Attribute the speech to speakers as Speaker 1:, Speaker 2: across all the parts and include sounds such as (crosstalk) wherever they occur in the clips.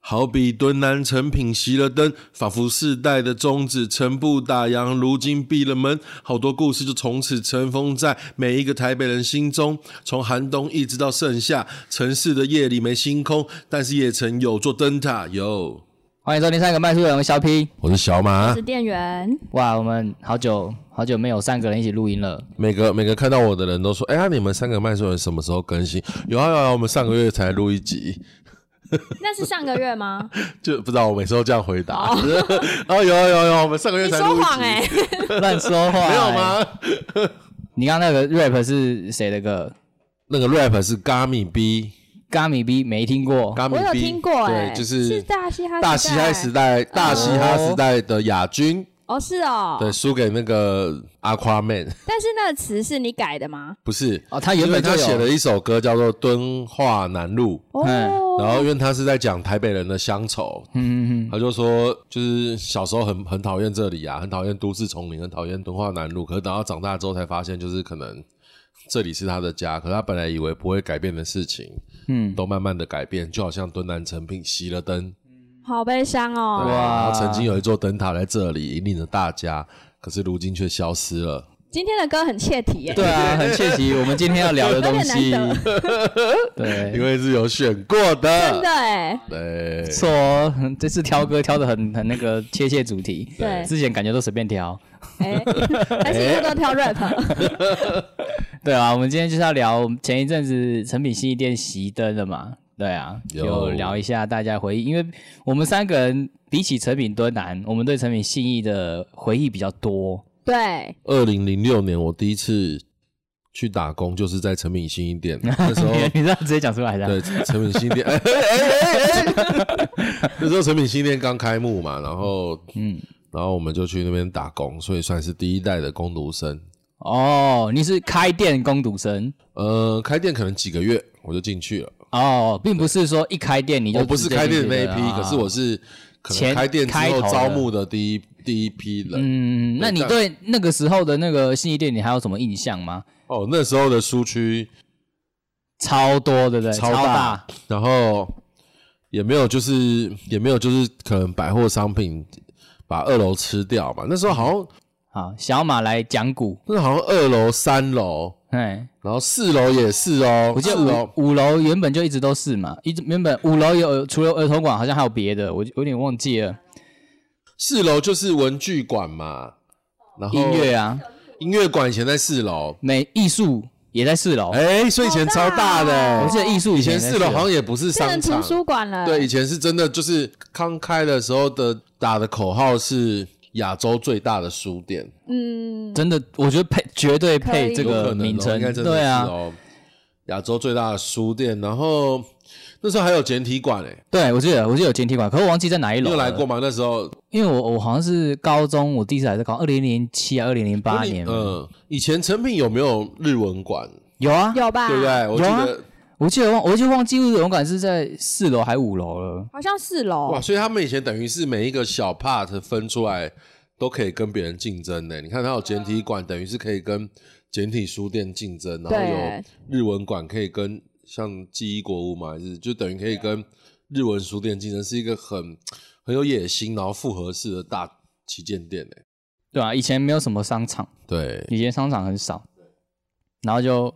Speaker 1: 好比敦南城品熄了灯，仿佛世代的宗旨，城不打烊，如今闭了门。好多故事就从此尘封在每一个台北人心中，从寒冬一直到盛夏，城市的夜里没星空，但是夜城有座灯塔。有，
Speaker 2: 欢迎收听三个半数人，我是小 P。
Speaker 1: 我是小马
Speaker 3: 是。
Speaker 1: (laughs)
Speaker 3: 店员，
Speaker 2: 哇，我们好久好久没有三个人一起录音
Speaker 1: (laughs)
Speaker 2: 了。
Speaker 1: 每个每个看到我的人都说：“哎呀，你们三个麦穗人什么时候更新？”有啊有啊，我们上个月才录一集，
Speaker 3: 那是上个
Speaker 1: (laughs)
Speaker 3: 月吗？
Speaker 1: 就不知道我每次都这样回答。 (laughs) 哦，有啊有啊有啊，我们上个月
Speaker 3: 你
Speaker 1: 才录
Speaker 3: 说
Speaker 1: 一集，
Speaker 3: 谎哎、
Speaker 2: 乱说话、欸
Speaker 1: 没有？吗？
Speaker 2: 你刚刚那个 rap 是谁的歌？
Speaker 1: 那个 rap 是 Gummy B，
Speaker 2: 咖米 B 没听过。
Speaker 1: Gummy
Speaker 3: 我有
Speaker 1: B，
Speaker 3: 听过哎、
Speaker 1: 对，就是
Speaker 3: 大嘻哈
Speaker 1: 大嘻哈时代，大嘻哈
Speaker 2: 哦
Speaker 1: 时代的亚军，
Speaker 3: 哦，是嗯哦，
Speaker 1: 对，输给那个 Aquaman， (laughs)
Speaker 3: 但是那个词是你改的吗？
Speaker 1: 不是，
Speaker 2: 哦，他原
Speaker 1: 因为
Speaker 2: 本就
Speaker 1: 他写了
Speaker 2: 有。
Speaker 1: 一首歌叫做《敦化南路
Speaker 3: 哦，》，
Speaker 1: 然后因为他是在讲台北人的乡愁，
Speaker 2: 嗯嗯嗯，
Speaker 1: 他就说，就是小时候很很讨厌这里啊，很讨厌都市丛林，很讨厌敦化南路。可是等到长大之后才发现，就是可能这里是他的家。可是他本来以为不会改变的事情，嗯，都慢慢的改变，就好像敦南成品熄了灯，
Speaker 3: 好悲伤
Speaker 1: 对
Speaker 3: 哦。
Speaker 1: 然后曾经有一座灯塔在这里引领着大家，可是如今却消失了。
Speaker 3: 今天的歌很切题耶、
Speaker 2: 对啊，很切题。我们今天要聊的东
Speaker 1: (laughs)
Speaker 2: 西
Speaker 3: 有点，
Speaker 1: 因
Speaker 2: 对，
Speaker 1: 为是有选过
Speaker 3: 真的
Speaker 1: 的，
Speaker 3: 哎、
Speaker 1: 对，
Speaker 2: 错哦， (laughs) 很这次挑歌挑的很很那个切切主题。
Speaker 3: 对
Speaker 1: (laughs)
Speaker 2: 之前感觉都随便挑。
Speaker 3: 哎、还是因为都挑 rap，
Speaker 1: 哎
Speaker 2: 对啊，我们今天就是要聊前一阵子成品新一店熄灯了嘛。对啊，
Speaker 1: 有
Speaker 2: 有聊一下大家回忆，因为我们三个人比起成品敦南，我们对成品信义的回忆比较多。
Speaker 3: 对，
Speaker 1: 二零零六年我第一次去打工，就是在成品新一店，那时候
Speaker 2: (laughs) 你你知道直接讲出来的啊，
Speaker 1: 哦对，成品新店，
Speaker 2: (laughs)
Speaker 1: 哎哎哎 (laughs) 哎，那时候成品新店刚开幕嘛，然后嗯，然后我们就去那边打工，所以算是第一代的工读生。
Speaker 2: 哦，你是开店攻读生
Speaker 1: 呃，开店可能几个月我就进去了，
Speaker 2: 哦，并不是说一开店你就
Speaker 1: 我不是开店的
Speaker 2: 直接
Speaker 1: 那一
Speaker 2: 进去
Speaker 1: 批，
Speaker 2: 了啊
Speaker 1: 可是我是可能
Speaker 2: 前
Speaker 1: 开店之
Speaker 2: 开
Speaker 1: 后
Speaker 2: 头的
Speaker 1: 招募的第一第一批人。
Speaker 2: 嗯，那你对那个时候的那个信义店，你还有什么印象吗？
Speaker 1: 哦，那时候的书区
Speaker 2: 超多，对不对？
Speaker 1: 超
Speaker 2: 超
Speaker 1: 大然后也没有就是也没有就是可能百货商品把二楼吃掉嘛，那时候好像
Speaker 2: 好，小马来讲股，
Speaker 1: 那时候好像二楼三楼。
Speaker 2: 哎，
Speaker 1: 然后四楼也是哦，
Speaker 2: 我记
Speaker 1: 四
Speaker 2: 得
Speaker 1: 楼
Speaker 2: 五五楼原本就一直都是嘛，一直原本五楼有除了儿童馆，好像还有别的，我我有点忘记了
Speaker 1: 哦四楼就是文具馆嘛，然后
Speaker 2: 音乐啊，
Speaker 1: 音乐馆以前在四楼，
Speaker 2: 美艺术也在四楼，
Speaker 1: 哎，所以以前超大的欸，
Speaker 2: 我记得艺术
Speaker 1: 以前
Speaker 2: 前也在
Speaker 1: 四楼好像也不是
Speaker 3: 变
Speaker 1: 商
Speaker 3: 成图
Speaker 1: 场，
Speaker 3: 书馆了。
Speaker 1: 对，以，前是真的就是刚开的时候的打的口号是亚洲最大的书店，
Speaker 3: 嗯，
Speaker 2: 真的，我觉得配绝对配
Speaker 3: 可以
Speaker 2: 这
Speaker 1: 有可
Speaker 2: 个
Speaker 1: 能哦
Speaker 2: 名称
Speaker 1: 应该，真的
Speaker 2: 对
Speaker 1: 是
Speaker 2: 啊，
Speaker 1: 哦，亚洲最大的书店，然后那时候还有简体馆诶，
Speaker 2: 对我记得我记得有简体馆，可我忘记在哪一
Speaker 1: 你
Speaker 2: 楼
Speaker 1: 有
Speaker 2: 了
Speaker 1: 来过，吗？那时候
Speaker 2: 因为我我好像是高中，我第一次来是高二零零七啊，二零零八年，
Speaker 1: 嗯，以前成品有没有日文馆？
Speaker 2: 有啊，
Speaker 3: 有吧？
Speaker 1: 对不对？我记
Speaker 2: 有啊
Speaker 1: 得
Speaker 2: 我记得忘，我就忘记游泳馆是在四楼还五楼了。
Speaker 3: 好像四楼
Speaker 1: 哇，，所以他们以前等于是每一个小 part 分出来都可以跟别人竞争呢。你看，它有简体馆，等于是可以跟简体书店竞争，然后
Speaker 3: 啊对
Speaker 1: 有日文馆可以跟像记忆国物嘛，还是就等于可以跟日文书店竞争，是一个很很有野心，然后复合式的大旗舰店呢。
Speaker 2: 对啊，以前没有什么商场，
Speaker 1: 对，
Speaker 2: 以前商场很少，然后就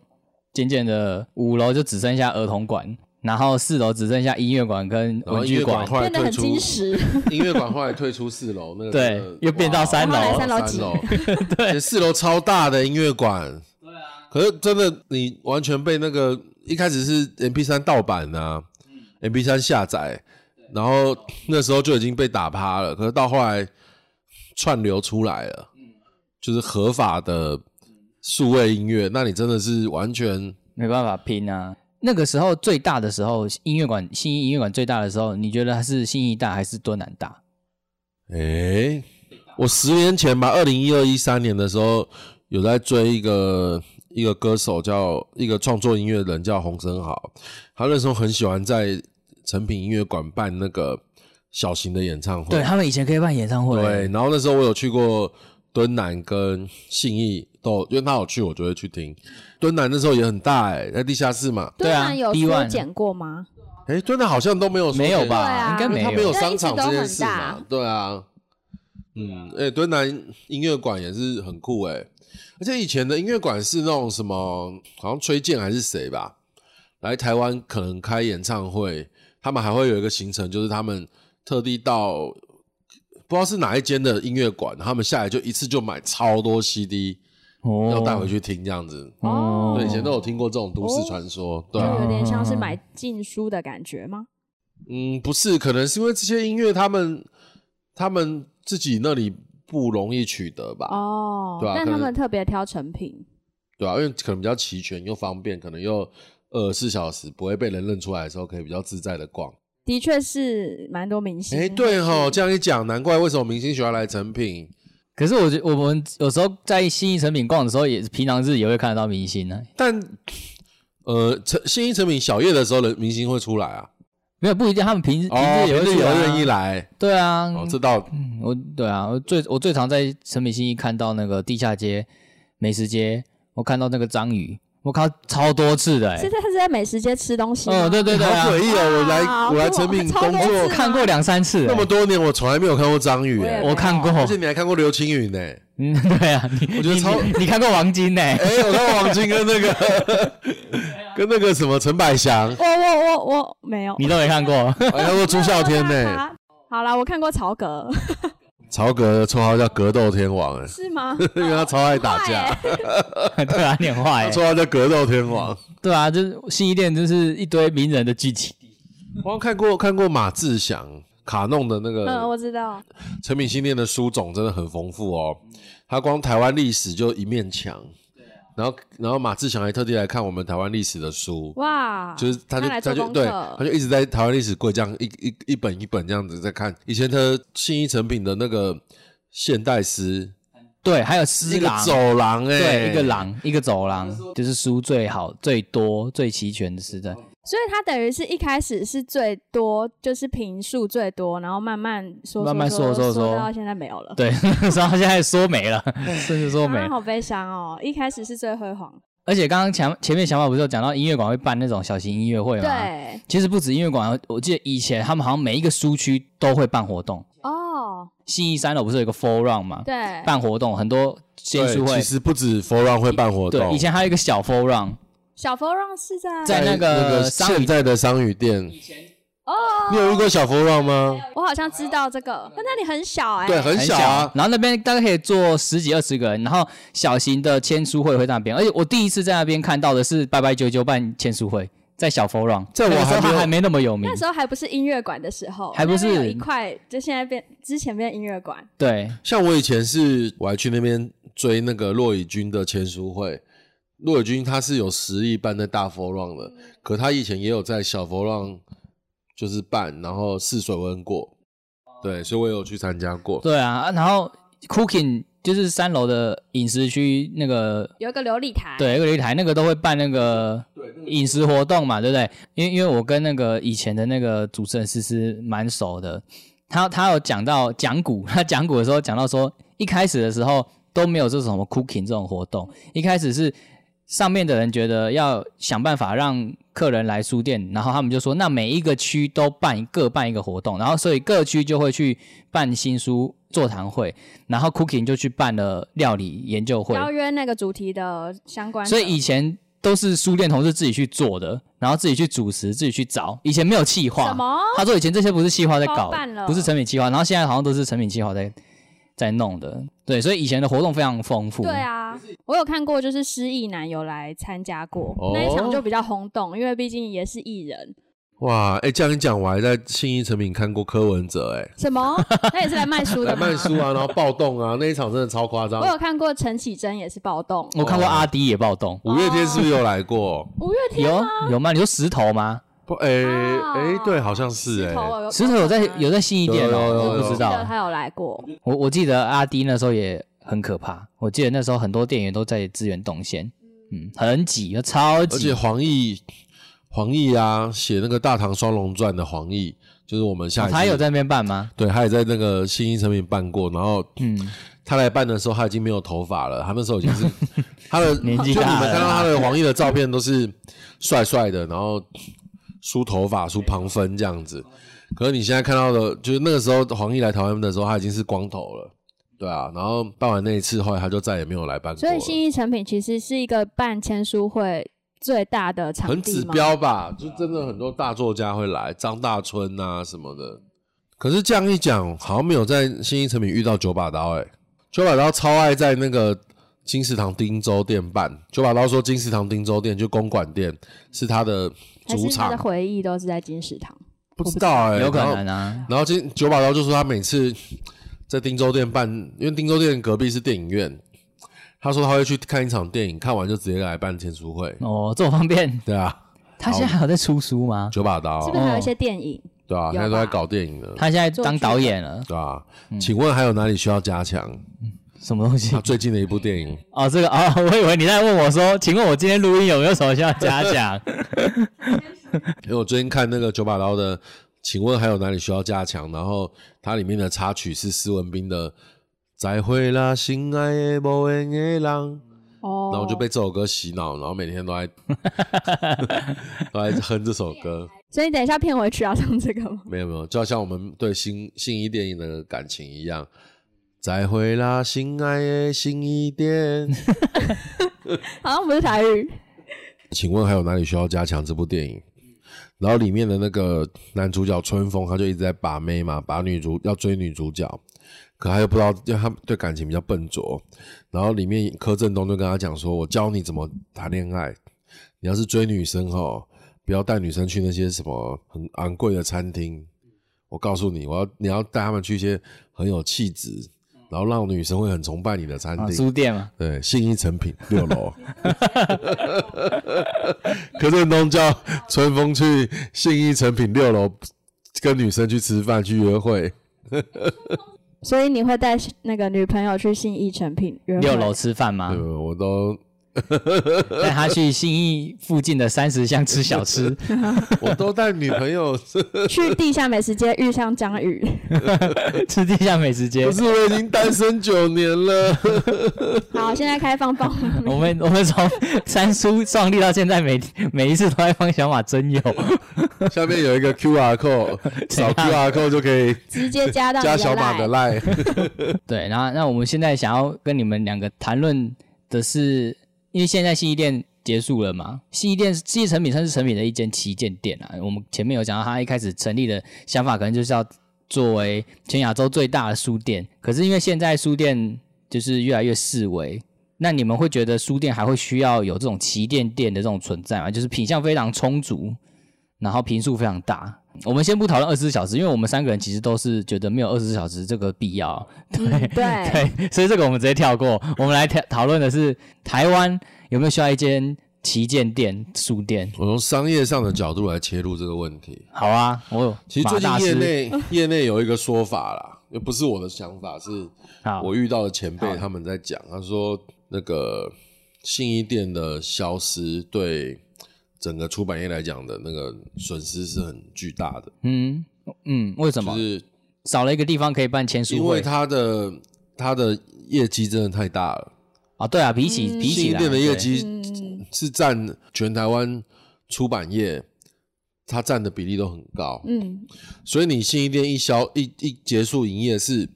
Speaker 2: 渐渐的五楼就只剩下儿童馆，然后四楼只剩下音乐馆跟
Speaker 1: 然后
Speaker 2: 文
Speaker 1: 哦音乐
Speaker 2: 具
Speaker 1: 馆
Speaker 2: 馆，
Speaker 1: 后来
Speaker 3: 变得
Speaker 1: 退
Speaker 3: 很
Speaker 1: 出，
Speaker 3: 矜持。
Speaker 1: (laughs) 音乐馆后来退出四楼，那个
Speaker 2: 对
Speaker 1: 真的
Speaker 2: 又变到
Speaker 1: 哇
Speaker 2: 三楼后来
Speaker 3: 三楼挤
Speaker 1: 三 (laughs) 对，四楼超大的音乐馆。可是真的，你完全被那个一开始是 M P 三盗版呐、m P 三下载，然后那时候就已经被打趴了。可是到后来串流出来了，就是合法的数位音乐，那你真的是完全
Speaker 2: 没办法拼啊。那个时候最大的时候，音乐馆新义音乐馆最大的时候，你觉得它是新义大还是敦南大？
Speaker 1: 诶，我十年前吧，二零一二一三年的时候，有在追一个一个歌手叫一个创作音乐人叫洪生豪，他那时候很喜欢在成品音乐馆办那个小型的演唱会，
Speaker 2: 对他们以前可以办演唱会，
Speaker 1: 对，然后那时候我有去过敦南跟信义都有，因为他有去，我就会去听。敦南那时候也很大哎、在地下室嘛。
Speaker 2: 对啊
Speaker 3: 然有
Speaker 2: B
Speaker 3: 缩
Speaker 2: one
Speaker 3: 减过吗？
Speaker 1: 哎、敦南好像都没有
Speaker 2: 没有
Speaker 3: 对
Speaker 2: 吧？
Speaker 3: 啊
Speaker 2: 应该
Speaker 1: 因为
Speaker 2: 没
Speaker 1: 他没有商场这件事
Speaker 3: 对一直都
Speaker 1: 嘛
Speaker 3: 很大。
Speaker 1: 对啊，嗯，哎、敦南音乐馆也是很酷哎、而且以前的音乐馆是那种什么，好像崔健还是谁吧，来台湾可能开演唱会，他们还会有一个行程，就是他们特地到不知道是哪一间的音乐馆，他们下来就一次就买超多 CD，、
Speaker 2: 哦
Speaker 1: 要带回去听这样子。
Speaker 3: 哦
Speaker 1: 对，以前都有听过这种都市传说，对
Speaker 3: 就
Speaker 1: 啊
Speaker 2: 嗯
Speaker 3: 有点像是买禁书的感觉吗？
Speaker 1: 嗯，不是，可能是因为这些音乐他们他们自己那里不容易取得吧，
Speaker 3: 哦，
Speaker 1: 对啊
Speaker 3: 但
Speaker 1: 可
Speaker 3: 他
Speaker 1: 能
Speaker 3: 们特别挑成品，
Speaker 1: 对啊吧、因为可能比较齐全又方便，可能又二十四小时不会被人认出来的时候，可以比较自在的逛。
Speaker 3: 的确是蛮多明星。
Speaker 1: 哎、对
Speaker 3: 还
Speaker 1: 哈，
Speaker 3: 是啊
Speaker 1: 这样一讲，难怪为什么明星喜欢来成品。
Speaker 2: 可是我觉我们有时候在新一成品逛的时候，也平常日也会看得到明星呢、啊
Speaker 1: 但呃，成新一成品小夜的时候，人明星会出来啊，哦
Speaker 2: 没有不一定，他们平平日也
Speaker 1: 有
Speaker 2: 会
Speaker 1: 人
Speaker 2: 去啊
Speaker 1: 愿意。来，
Speaker 2: 对啊，
Speaker 1: 哦，这倒
Speaker 2: 嗯我对啊，我最我最常在成品新一看到那个地下街、美食街，我看到那个章鱼，我看到超多次的、欸
Speaker 3: 是。他是在美食街吃东西吗？
Speaker 2: 哦，对对对啊
Speaker 1: 好，诡异哦！我来
Speaker 3: 哇
Speaker 1: 我来成品
Speaker 3: 超
Speaker 1: 工
Speaker 3: 多次
Speaker 1: 作
Speaker 2: 我看过两三次、
Speaker 1: 那么
Speaker 2: 欸，
Speaker 1: 多年，我从来没有看过章鱼、
Speaker 3: 我也
Speaker 1: 哎
Speaker 3: 没
Speaker 2: 我看过，
Speaker 1: 而且你还看过刘青云呢、
Speaker 2: 嗯， (laughs) 对啊，你
Speaker 1: 我觉得
Speaker 2: 你
Speaker 1: 超
Speaker 2: 你你看过王晶呢、欸？
Speaker 1: (laughs) 哎、我看王晶跟那个
Speaker 3: (laughs)
Speaker 1: 跟那个什么陈百祥，
Speaker 3: 我我我我没有，
Speaker 2: 你都没看过， (laughs)
Speaker 1: 还看过朱孝天呢、
Speaker 3: 啊好啦，我看过曹格，
Speaker 1: 曹格的绰号叫格斗天王、哎，
Speaker 3: 是吗？
Speaker 1: 因为他超爱打架，哎
Speaker 2: 对啊，你很坏、
Speaker 1: 他
Speaker 2: 欸。
Speaker 3: 哎
Speaker 1: 绰号叫格斗天王。
Speaker 2: 对啊，就是新一店，就是一堆名人的聚集地。
Speaker 1: 我看过看过马志祥卡弄的那
Speaker 3: 嗯，
Speaker 1: 个
Speaker 3: 我知道。
Speaker 1: 陈品新念的书种真的很丰富哦，
Speaker 3: 嗯
Speaker 1: 他光台湾历史就一面墙。
Speaker 3: 啊
Speaker 1: 然后，然后马志祥还特地来看我们台湾历史的书，
Speaker 3: 哇，
Speaker 1: 就是他就
Speaker 3: 啊来
Speaker 1: 他
Speaker 3: 做
Speaker 1: 就
Speaker 3: 功
Speaker 1: 对，
Speaker 3: 课
Speaker 1: 他，就一直在台湾历史柜这样一一一本一本这样子在看。以前他信义成品的那个现代诗，
Speaker 2: 对，还有
Speaker 1: 一
Speaker 2: 狮
Speaker 1: 个
Speaker 2: 狼，
Speaker 1: 走廊哎、
Speaker 2: 对，一个。廊，一个走廊，就是书最好、最多、最齐全的时代。 (laughs)
Speaker 3: 所以他等于是一开始是最多，就是平数最多，然后慢慢说，
Speaker 2: 慢慢
Speaker 3: 说
Speaker 2: 说说
Speaker 3: 说
Speaker 2: 说
Speaker 3: 到现在没有了。
Speaker 2: 对，然后现在说没了， (laughs) 甚至说没
Speaker 3: 啊
Speaker 2: 了。
Speaker 3: 好悲伤哦！一开始是最辉煌，
Speaker 2: 而且刚刚前前面小马不是有讲到音乐馆会办那种小型音乐会吗？。
Speaker 3: 对
Speaker 2: 其实不止音乐馆，我记得以前他们好像每一个书区都会办活动。
Speaker 3: 哦，
Speaker 2: 信义三楼不是有一个 forum 嘛？
Speaker 3: 对，
Speaker 2: 办活动很多签书
Speaker 1: 对，其。
Speaker 2: 会
Speaker 1: 实不止 Forum 会办活动，
Speaker 2: 对，以前还有一个小 forum，
Speaker 3: 小佛让是在
Speaker 2: 在那个商
Speaker 1: 现
Speaker 2: 宇
Speaker 1: 在的商宇店，你
Speaker 3: 哦，
Speaker 1: 有遇过小 Forum 吗？
Speaker 3: 我好像知道这个，但那里很小哎，
Speaker 1: 对，很
Speaker 2: 很
Speaker 1: 小啊。
Speaker 2: 然后那边大概可以坐十几二十个人，然后小型的签书会会在那边。而且我第一次在那边看到的是拜拜九九办签书会，在小 forum，
Speaker 1: 在我
Speaker 2: 那个时
Speaker 1: 还
Speaker 2: 候
Speaker 1: 没
Speaker 2: 它
Speaker 1: 有
Speaker 2: 还没那么有名
Speaker 3: 那。时候还不是音乐馆的时候，
Speaker 2: 还不是
Speaker 3: 那边有一块，就现在变之前变音乐馆，
Speaker 2: 对，
Speaker 1: 像我以前是，我还去那边追那个骆以军的签书会。骆以军他是有实力办在大 Forum
Speaker 3: 嗯
Speaker 1: 的，可他以前也有在小 Forum 就是办，然后试水温过。
Speaker 3: 哦
Speaker 1: 对，所以我也有去参加过。
Speaker 2: 对啊，啊然后 cooking 就是三楼的饮食区那个，
Speaker 3: 有一个琉璃台，
Speaker 2: 对，那个有一台那个都会办那个饮食活动嘛，对不对？因为因为我跟那个以前的那个主持人思思蛮熟的，他他有讲到讲古， (laughs) 他讲古的时候讲到说，一开始的时候都没有这种什么 cooking 这种活动，一开始是。上面的人觉得要想办法让客人来书店，然后他们就说，那每一个区都办各办一个活动，然后所以各区就会去办新书座谈会，然后 Cooking 就去办了料理研究会，
Speaker 3: 邀约那个主题的相关的，
Speaker 2: 所以以前都是书店同事自己去做的，然后自己去主持，自己去找，以前没有企划
Speaker 3: 什。么？
Speaker 2: 他说以前这些不是企划在搞
Speaker 3: 包办了，
Speaker 2: 不是成品企划，然后现在好像都是成品企划在在弄的。对，所以以前的活动非常丰富。
Speaker 3: 对，啊，我有看过，就是失忆男有来参加过、
Speaker 1: 哦
Speaker 3: 那一场，就比较轰动，因为毕竟也是艺人。
Speaker 1: 哇，哎、这样一讲，我还在信义成品看过柯文哲、哎，
Speaker 3: 什么？
Speaker 2: (laughs)
Speaker 3: 他也是来卖书的
Speaker 1: 来
Speaker 3: 吗？
Speaker 1: 卖书
Speaker 3: (laughs)
Speaker 1: 啊，然后暴动啊，那一场真的超夸张
Speaker 3: 我。有看过陈绮贞也是暴动，
Speaker 2: 我看过阿迪也暴动，
Speaker 1: 五月天是不是有来过？
Speaker 3: 五月天
Speaker 2: 有有吗？你说石头吗？
Speaker 1: 不，哎、
Speaker 3: 啊
Speaker 1: 哎、对，好像是哎、
Speaker 3: 石头我
Speaker 2: 欸
Speaker 3: 有
Speaker 2: 石头有在有在新一店
Speaker 1: 有有
Speaker 2: 哦，
Speaker 1: 有
Speaker 2: 我不知
Speaker 3: 我记得
Speaker 2: 道。
Speaker 3: 他有来过，
Speaker 2: 我我记得阿迪那时候也很可怕，我记得那时候嗯很多店员都在支援动线，嗯，很挤，超
Speaker 1: 而且
Speaker 2: 挤。
Speaker 1: 黄奕，黄奕啊，写那个《大唐双龙传》的黄奕，就是我们下一次、
Speaker 2: 哦他有在那边办吗？
Speaker 1: 对，他也在那个新一成品办过，然后
Speaker 2: 嗯，
Speaker 1: 他来办的时候，他已经没有头发了，他那时候已经
Speaker 2: (laughs)
Speaker 1: 是他的
Speaker 2: 年纪
Speaker 1: 就你
Speaker 2: 大
Speaker 1: 们
Speaker 2: 了
Speaker 1: 看到
Speaker 2: 啦
Speaker 1: 他的黄奕的照片都是帅帅的，然后梳头发、梳旁分这样子。可是你现在看到的，就是那个时候黄奕来台湾的时候，他已经是光头了，对啊。然后办完那一次后来，他就再也没有来办过
Speaker 3: 所
Speaker 1: 了
Speaker 3: 以。新一成品其实是一个办签书会最大的场地
Speaker 1: 很指
Speaker 3: 吗，
Speaker 1: 标吧，就真的很多大作家会来，张大春啊什么的。可是这样一讲，好像没有在新一成品遇到九把刀哎、九把刀超爱在那个金石堂汀州店办。九把刀说金石堂汀州店就公馆店是他的
Speaker 3: 还
Speaker 1: 主
Speaker 3: 是他
Speaker 1: 场
Speaker 3: 的，回忆都是在金石堂？
Speaker 1: 不知道哎、
Speaker 2: 有可
Speaker 1: 然后
Speaker 2: 能啊。
Speaker 1: 然后今九把刀就说他每次在汀州店办，因为汀州店隔壁是电影院，他说他会去看一场电影，看完就直接来办签书会。
Speaker 2: 哦，这么方便，
Speaker 1: 对啊，
Speaker 2: 他现在还有在出书吗？
Speaker 1: 九把刀
Speaker 3: 是不是还有一些电影？
Speaker 1: 对啊，
Speaker 3: 有
Speaker 1: 现在都在
Speaker 3: 吧
Speaker 1: 搞电影了。
Speaker 2: 他现在当导演了，
Speaker 1: 对啊，请问还有哪里需要加强？
Speaker 2: 什么东西
Speaker 1: 他？最近的一部电影，
Speaker 2: 哦，这个哦， (laughs) 我以为你在问我说，请问我今天录音有没有什么需要嘉奖？
Speaker 1: 因为我最近看那个九把刀的，请问还有哪里需要加强？然后它里面的插曲是施文斌的《再会啦，心爱的某缘的人》，
Speaker 3: 哦，
Speaker 1: 然后我就被这首歌洗脑，然后每天都在都在哼这首歌。
Speaker 3: 所以你等一下片尾曲要唱这个吗？
Speaker 1: 没有没有，就好像我们对新新一电影的感情一样。再会啦，心爱的新一点。
Speaker 3: (laughs) 好像不是台语，
Speaker 1: 请问还有哪里需要加强？这部电影，然后里面的那个男主角春风，他就一直在把妹嘛，把女主要追女主角，可他又不知道，因为他对感情比较笨拙。然后里面柯震东就跟他讲说：“我教你怎么谈恋爱，你要是追女生哦，不要带女生去那些什么很昂贵的餐厅。我告诉你，我要你要带他们去一些很有气质，然后让女生会很崇拜你的餐
Speaker 2: 啊，
Speaker 1: 厅。
Speaker 2: 书店嘛，
Speaker 1: 对，信义成品六楼。 (laughs) 柯震东叫春风去信义成品六楼跟女生去吃饭去约会，
Speaker 3: 所以你会带那个女朋友去信义成品约会
Speaker 2: 六楼吃饭吗
Speaker 1: 对？我都
Speaker 2: 带他去信义附近的三十巷吃小吃，
Speaker 1: 我都带女朋友，
Speaker 2: (laughs)
Speaker 3: 去地下美食街遇上江宇，
Speaker 1: (laughs)
Speaker 2: 吃地下美食街
Speaker 1: 可。是我已经单身九年
Speaker 2: (laughs)
Speaker 1: 了。
Speaker 3: 好，现在开放报
Speaker 1: (laughs)
Speaker 3: 名。
Speaker 2: 我们我们从三叔创立到现在每，每一次都在帮小马真友，
Speaker 1: 下面有一个 QR code，
Speaker 2: 怎
Speaker 1: 扫 QR
Speaker 2: 样
Speaker 1: code 就可以
Speaker 3: 直接加到你
Speaker 1: 加
Speaker 3: 的
Speaker 1: 小马的
Speaker 3: line
Speaker 1: line。
Speaker 2: 啊对，然后那我们现在想要跟你们两个谈论的是，因为现在西医店结束了嘛，西医店西医成品算是成品的一间旗舰店啊。我们前面有讲到，它一开始成立的想法可能就是要作为全亚洲最大的书店，可是因为现在书店就是越来越式微。那你们会觉得书店还会需要有这种旗舰店的这种存在吗？就是品相非常充足，然后频数非常大。我们先不讨论二十四小时，因为我们三个人其实都是觉得没有二十四小时这个必要。啊
Speaker 3: 嗯
Speaker 1: (laughs)
Speaker 3: (laughs) 对，
Speaker 2: 对，所以这个我们直接跳过。我们来讨讨论的是台湾有没有需要一间旗舰店书店？
Speaker 1: (laughs) 我从商业上的角度来切入这个问题。
Speaker 2: 好啊，我有
Speaker 1: 其实
Speaker 2: 马
Speaker 1: 最近
Speaker 2: 大
Speaker 1: 业
Speaker 2: 师
Speaker 1: 内业内有一个说法啦，又不是我的想法，是
Speaker 2: 好
Speaker 1: 我遇到的前辈他们在讲，他说那个信义店的消失对整个出版业来讲的那个损失是很巨大的，
Speaker 2: 嗯嗯，为什么、
Speaker 1: 就是
Speaker 2: 少了一个地方可以办签
Speaker 1: 因
Speaker 2: 书
Speaker 1: 为
Speaker 2: 会？
Speaker 1: 它的它的业绩真的太大了，
Speaker 2: 啊，对啊，比起、比
Speaker 1: 信
Speaker 2: 起
Speaker 1: 义
Speaker 2: 来，
Speaker 1: 店的业
Speaker 2: 对
Speaker 1: 绩
Speaker 3: 嗯，
Speaker 1: 是占全台湾出版业它占的比例都很高，
Speaker 3: 嗯，
Speaker 1: 所以你信义店一消一一结束营业是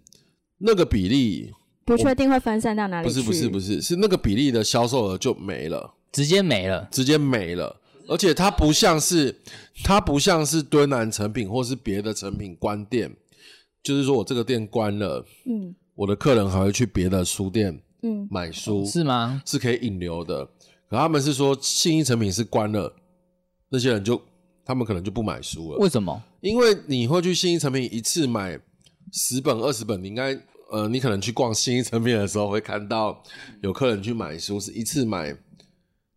Speaker 1: 那个比例。
Speaker 3: 不确定会分散到哪里
Speaker 1: 不
Speaker 3: 去。
Speaker 1: 是不是不是，是那个比例的销售额就没了，
Speaker 2: 直接没了。
Speaker 1: 直接没了。而且它不像是，它不像是敦南成品或是别的成品关店，就是说我这个店关了，
Speaker 3: 嗯
Speaker 1: 我的客人还会去别的书店
Speaker 3: 嗯，
Speaker 1: 买书，
Speaker 2: 哦是吗？
Speaker 1: 是可以引流的。可他们是说信义成品是关了，那些人就他们可能就不买书了。
Speaker 2: 为什么？
Speaker 1: 因为你会去新一成品一次买十本二十本，你应该呃，你可能去逛新一成品的时候会看到有客人去买书，是一次买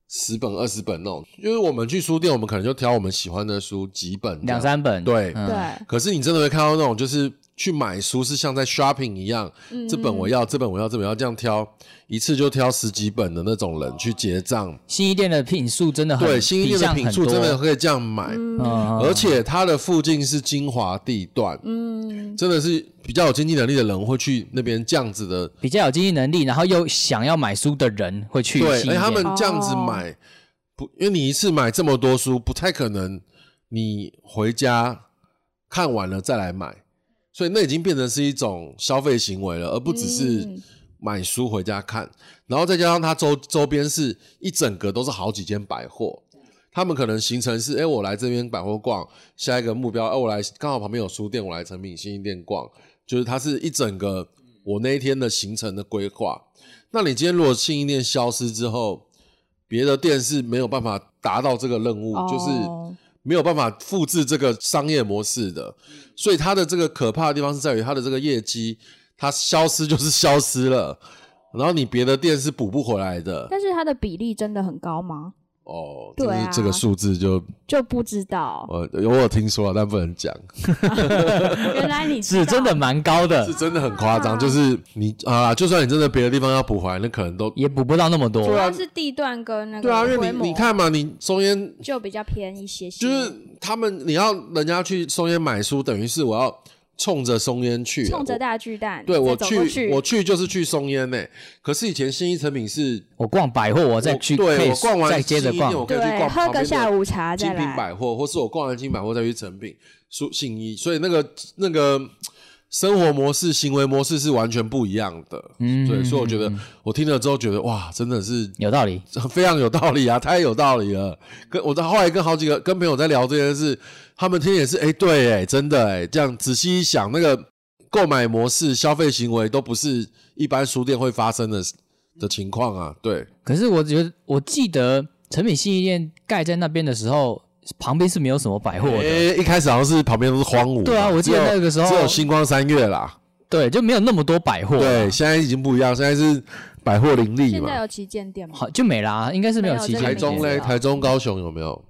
Speaker 1: 十本二十本那种。因为我们去书店，我们可能就挑我们喜欢的书几本这样，
Speaker 2: 两三本？
Speaker 1: 对
Speaker 2: 嗯
Speaker 3: 对，
Speaker 1: 可是你真的会看到那种就是去买书是像在 shopping 一样，这本我要，这本我要，这本我要这样挑，一次就挑十几本的那种人去结账。
Speaker 2: 新一店的品数真的很
Speaker 1: 对，新一店的品数真的
Speaker 2: 很
Speaker 1: 可以这样买，
Speaker 2: 多，嗯
Speaker 1: 而且它的附近是精华地段，
Speaker 3: 嗯，
Speaker 1: 真的是比较有经济能力的人会去那边这样子的。
Speaker 2: 比较有经济能力，然后又想要买书的人会去
Speaker 1: 对，
Speaker 2: 新
Speaker 1: 而
Speaker 2: 一
Speaker 1: 他
Speaker 2: 店
Speaker 1: 们这样子买，不，因为你一次买这么多书，不太可能你回家看完了再来买，所以那已经变成是一种消费行为了，而不只是
Speaker 3: 嗯
Speaker 1: 买书回家看。然后再加上它周周边是一整个都是好几间百货。他们可能行程是，哎、我来这边百货逛，下一个目标，哎、我来刚好旁边有书店，我来成品新一店逛，就是它是一整个我那一天的行程的规划。那你今天如果信义店消失之后，别的店是没有办法达到这个任务，就是
Speaker 3: 哦
Speaker 1: 没有办法复制这个商业模式的。所以它的这个可怕的地方是在于它的这个业绩，它消失就是消失了，然后你别的店是补不回来的。
Speaker 3: 但是它的比例真的很高吗？
Speaker 1: 哦，
Speaker 3: 对啊
Speaker 1: 这个这个数字就
Speaker 3: 就不
Speaker 2: (laughs)
Speaker 3: 知道。
Speaker 1: 呃，有我有听说啊，但不能讲，
Speaker 3: 原来你知
Speaker 2: 是
Speaker 3: 道
Speaker 2: 真的蛮高的
Speaker 1: 是，真的很夸张。就是你啊，就算你真的别的地方要补回来，那可能都
Speaker 2: 也补不到那么
Speaker 3: 主
Speaker 2: 多。
Speaker 3: 要是地段跟那个
Speaker 1: 对啊，因为
Speaker 3: 规
Speaker 1: 你
Speaker 3: 模
Speaker 1: 你看嘛，你松烟
Speaker 3: 就比较偏一些些，
Speaker 1: 就是他们，你要人家去松烟买书，等于是我要冲着松烟去，啊
Speaker 3: 冲着
Speaker 1: 我
Speaker 3: 大巨蛋，
Speaker 1: 对我
Speaker 3: 再走过
Speaker 1: 去
Speaker 3: 去
Speaker 1: 我去就是去松烟呢、可是以前新一成品是，
Speaker 2: 我逛百货，我再
Speaker 1: 我
Speaker 2: 去可
Speaker 1: 对
Speaker 2: 以
Speaker 1: 我逛完
Speaker 2: 再接着
Speaker 1: 新一店
Speaker 2: 逛
Speaker 1: 我，可以去
Speaker 3: 对
Speaker 1: 逛
Speaker 3: 喝
Speaker 1: 旁边
Speaker 3: 个
Speaker 1: 的
Speaker 3: 下午茶
Speaker 1: 精
Speaker 3: 再
Speaker 1: 品
Speaker 3: 来，
Speaker 1: 百货，或是我逛完精品百货再去成品、书信一，所以那个那个生活模式、行为模式是完全不一样的。
Speaker 2: 嗯
Speaker 1: 对，所以我觉得我听了之后觉得哇，真的是
Speaker 2: 有道理。
Speaker 1: (laughs) 非常有道理啊，太有道理了。跟我在后来跟好几个跟朋友在聊这件事，他们听也是，哎、对、哎，真的、哎，这样仔细一想，那个购买模式、消费行为都不是一般书店会发生的
Speaker 2: 嗯
Speaker 1: 的情况啊。对，
Speaker 2: 可是我觉得，我记得成品新一店盖在那边的时候，旁边是没有什么百货
Speaker 1: 哎、
Speaker 2: 的，
Speaker 1: 一开始好像是旁边都是荒芜嘛，
Speaker 2: 对啊我记得
Speaker 1: 只有
Speaker 2: 那个时候
Speaker 1: 只有星光三月啦。
Speaker 2: 对，就没有那么多百货啊，
Speaker 1: 对，现在已经不一样，现在是百货林立
Speaker 3: 现在
Speaker 1: 嘛。
Speaker 3: 有旗舰店吗？
Speaker 2: 好就没啦，应该是没有
Speaker 3: 没有
Speaker 2: 旗
Speaker 3: 这
Speaker 2: 舰
Speaker 3: 个
Speaker 1: 台
Speaker 2: 店。
Speaker 1: 中
Speaker 3: 没
Speaker 1: 嘞，
Speaker 3: 有
Speaker 1: 台中、高雄有没有？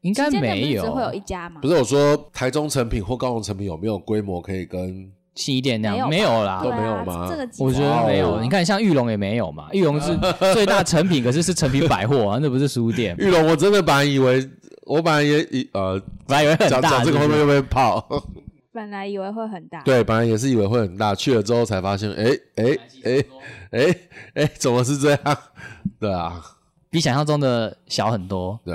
Speaker 2: 应该
Speaker 3: 旗舰店不
Speaker 2: 没
Speaker 3: 是
Speaker 2: 有
Speaker 3: 只会有一家吗
Speaker 1: 不？是我说台中成品或高雄成品有没有规模可以跟
Speaker 2: 新一店那样，
Speaker 3: 没
Speaker 2: 没
Speaker 3: 有吧
Speaker 2: 有
Speaker 1: 都
Speaker 2: 啦。
Speaker 1: 没有
Speaker 3: 对啊
Speaker 1: 吗
Speaker 3: 这个几
Speaker 2: 我觉
Speaker 1: 哇
Speaker 2: 得
Speaker 1: 哦
Speaker 2: 没有，你看像玉龙也没有嘛，玉龙是最大成品，可是是成品百货啊，那不是
Speaker 1: (laughs)
Speaker 2: 书店，
Speaker 1: 玉龙，我真的本来以为，我本来也以呃，
Speaker 2: 本来以为很
Speaker 1: 讲
Speaker 2: 大，
Speaker 1: 讲这个会
Speaker 2: 是
Speaker 1: 不
Speaker 2: 不
Speaker 1: 会
Speaker 2: 是
Speaker 1: 会被泡？
Speaker 3: 本来以为会很大，
Speaker 1: (laughs) 对，本来也是以为会很大，去了之后才发现，哎哎哎哎哎，怎么是这样？对啊，
Speaker 2: 比想象中的小很多。
Speaker 1: 对，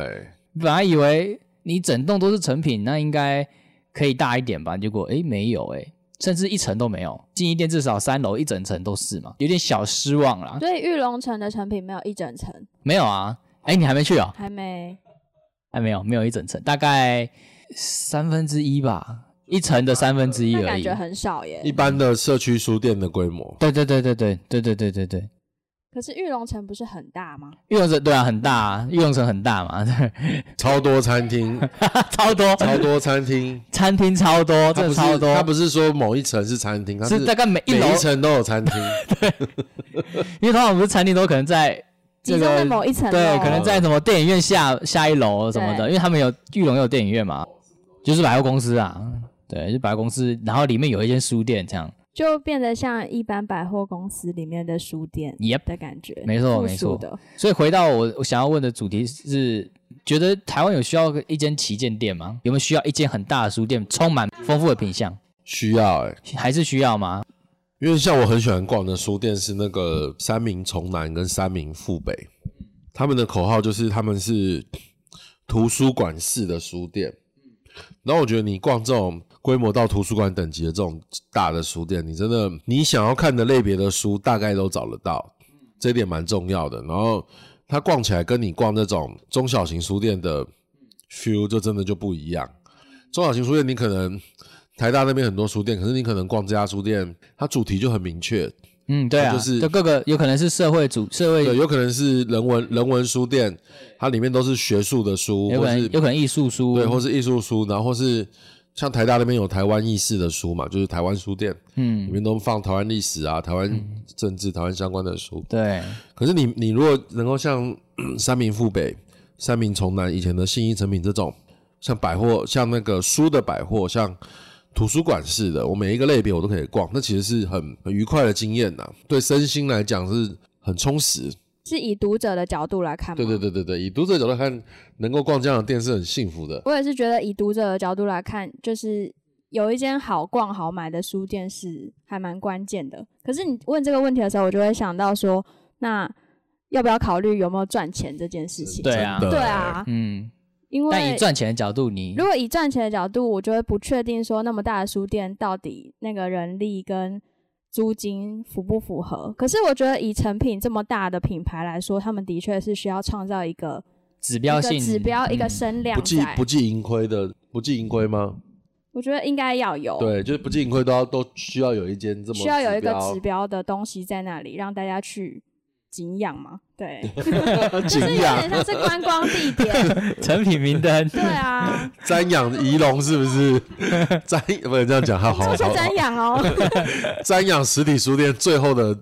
Speaker 2: 本来以为你整栋都是成品，那应该可以大一点吧？结果诶没有诶，甚至一层都没有。进一店至少三楼一整层都是嘛，有点小失望啦。
Speaker 3: 所以玉龙城的成品没有一整层，
Speaker 2: 没有啊，诶，你还没去哦？
Speaker 3: 还没
Speaker 2: 还没有，没有一整层，大概三分之一吧，一层的三分之一
Speaker 3: 那
Speaker 2: 而
Speaker 3: 感
Speaker 2: 已
Speaker 3: 觉。很少耶
Speaker 1: 一。般的社区书店的规模，
Speaker 2: 对对对对对对对对对对，
Speaker 3: 可是玉龙城不是很大吗？
Speaker 2: 玉龙城对啊，很大、啊，玉龙城很大嘛，对
Speaker 1: 超多餐厅，
Speaker 2: 超多
Speaker 1: 超多餐 (laughs) 厅，
Speaker 2: 餐厅超多，
Speaker 1: 它
Speaker 2: 真
Speaker 1: 不
Speaker 2: 的
Speaker 1: 是
Speaker 2: 超多，
Speaker 1: 它不是说某一层是餐厅，它
Speaker 2: 是大概每一楼
Speaker 1: 每一层都有餐厅，
Speaker 2: 因为通常不是餐厅都可能在
Speaker 3: 集
Speaker 2: 这
Speaker 3: 中在
Speaker 2: 个
Speaker 3: 某一层楼，
Speaker 2: 对，可能在什么电影院下下一楼什么的，
Speaker 3: 对
Speaker 2: 因为他们有玉龙有电影院嘛，就是百货公司啊，对，就百货公司，然后里面有一间书店这样，
Speaker 3: 就变得像一般百货公司里面的书店
Speaker 2: Yep
Speaker 3: 的感觉，
Speaker 2: 没错
Speaker 3: 附
Speaker 2: 没
Speaker 3: 属
Speaker 2: 错
Speaker 3: 的。
Speaker 2: 所以回到我我想要问的主题是，觉得台湾有需要一间旗舰店吗？有没有需要一间很大的书店，充满丰富的品相？
Speaker 1: 需要哎、
Speaker 2: 还是需要吗？
Speaker 1: 因为像我很喜欢逛的书店是那个三明从南跟三明副北，他们的口号就是他们是图书馆式的书店。然后我觉得你逛这种规模到图书馆等级的这种大的书店，你真的你想要看的类别的书大概都找得到，这一点蛮重要的。然后它逛起来跟你逛那种中小型书店的 feel 就真的就不一样。中小型书店你可能台大那边很多书店，可是你可能逛这家书店，它主题就很明确，
Speaker 2: 嗯，对啊，
Speaker 1: 就是
Speaker 2: 就各个有可能是社会主社会，
Speaker 1: 对，有可能是人文人文书店，它里面都是学术的书，
Speaker 2: 有
Speaker 1: 或
Speaker 2: 可能
Speaker 1: 是
Speaker 2: 有可能艺术书，
Speaker 1: 对，或是艺术书，然后或是像台大那边有台湾意识的书嘛，就是台湾书店里
Speaker 2: 嗯，
Speaker 1: 面都放台湾历史啊、台湾政治、台湾相关的书。
Speaker 2: 对，
Speaker 1: 可是你你如果能够像 (clears throat) 三明富北、三明从南以前的信义成品这种，像百货、像那个书的百货、像图书馆式的，我每一个类别我都可以逛，那其实是很很愉快的经验呐、对身心来讲是很充实。
Speaker 3: 是以读者的角度来看吗？
Speaker 1: 对对对对对，以读者角度看，能够逛这样的店是很幸福的。
Speaker 3: 我也是觉得以读者的角度来看，就是有一间好逛好买的书店是还蛮关键的。可是你问这个问题的时候，我就会想到说，那要不要考虑有没有赚钱这件事情？
Speaker 2: 对啊
Speaker 1: 真的
Speaker 3: 对，啊，
Speaker 2: 嗯，
Speaker 3: 因
Speaker 2: 但以
Speaker 3: 为
Speaker 2: 赚钱的角度，你
Speaker 3: 如果以赚钱的角度，我就会不确定说那么大的书店到底那个人力跟租金符不符合。可是我觉得以成品这么大的品牌来说，他们的确是需要创造一个
Speaker 2: 指
Speaker 3: 一
Speaker 2: 标
Speaker 3: 个
Speaker 2: 性
Speaker 3: 指标、一个
Speaker 2: 嗯
Speaker 3: 声量
Speaker 1: 不计
Speaker 3: 在
Speaker 1: 不。计盈亏的，不计盈亏吗？
Speaker 3: 我觉得应该要有，
Speaker 1: 对，就是不计盈亏都要都需要有一间这么
Speaker 3: 需要有一个
Speaker 1: 标
Speaker 3: 指标的东西在那里，让大家去景仰嘛。
Speaker 1: (laughs)
Speaker 3: 对，就
Speaker 1: 景
Speaker 3: 是有
Speaker 1: 仰
Speaker 3: 点像是观光地点。
Speaker 2: 嗯成品名单， (laughs)
Speaker 3: 对啊，
Speaker 1: 瞻仰仪容是不
Speaker 3: (laughs)
Speaker 1: 是？瞻不能这样讲， (laughs) 好好
Speaker 3: 都
Speaker 1: 好
Speaker 3: 是瞻仰
Speaker 1: (laughs)
Speaker 3: 哦。
Speaker 1: 瞻仰实体书店最后的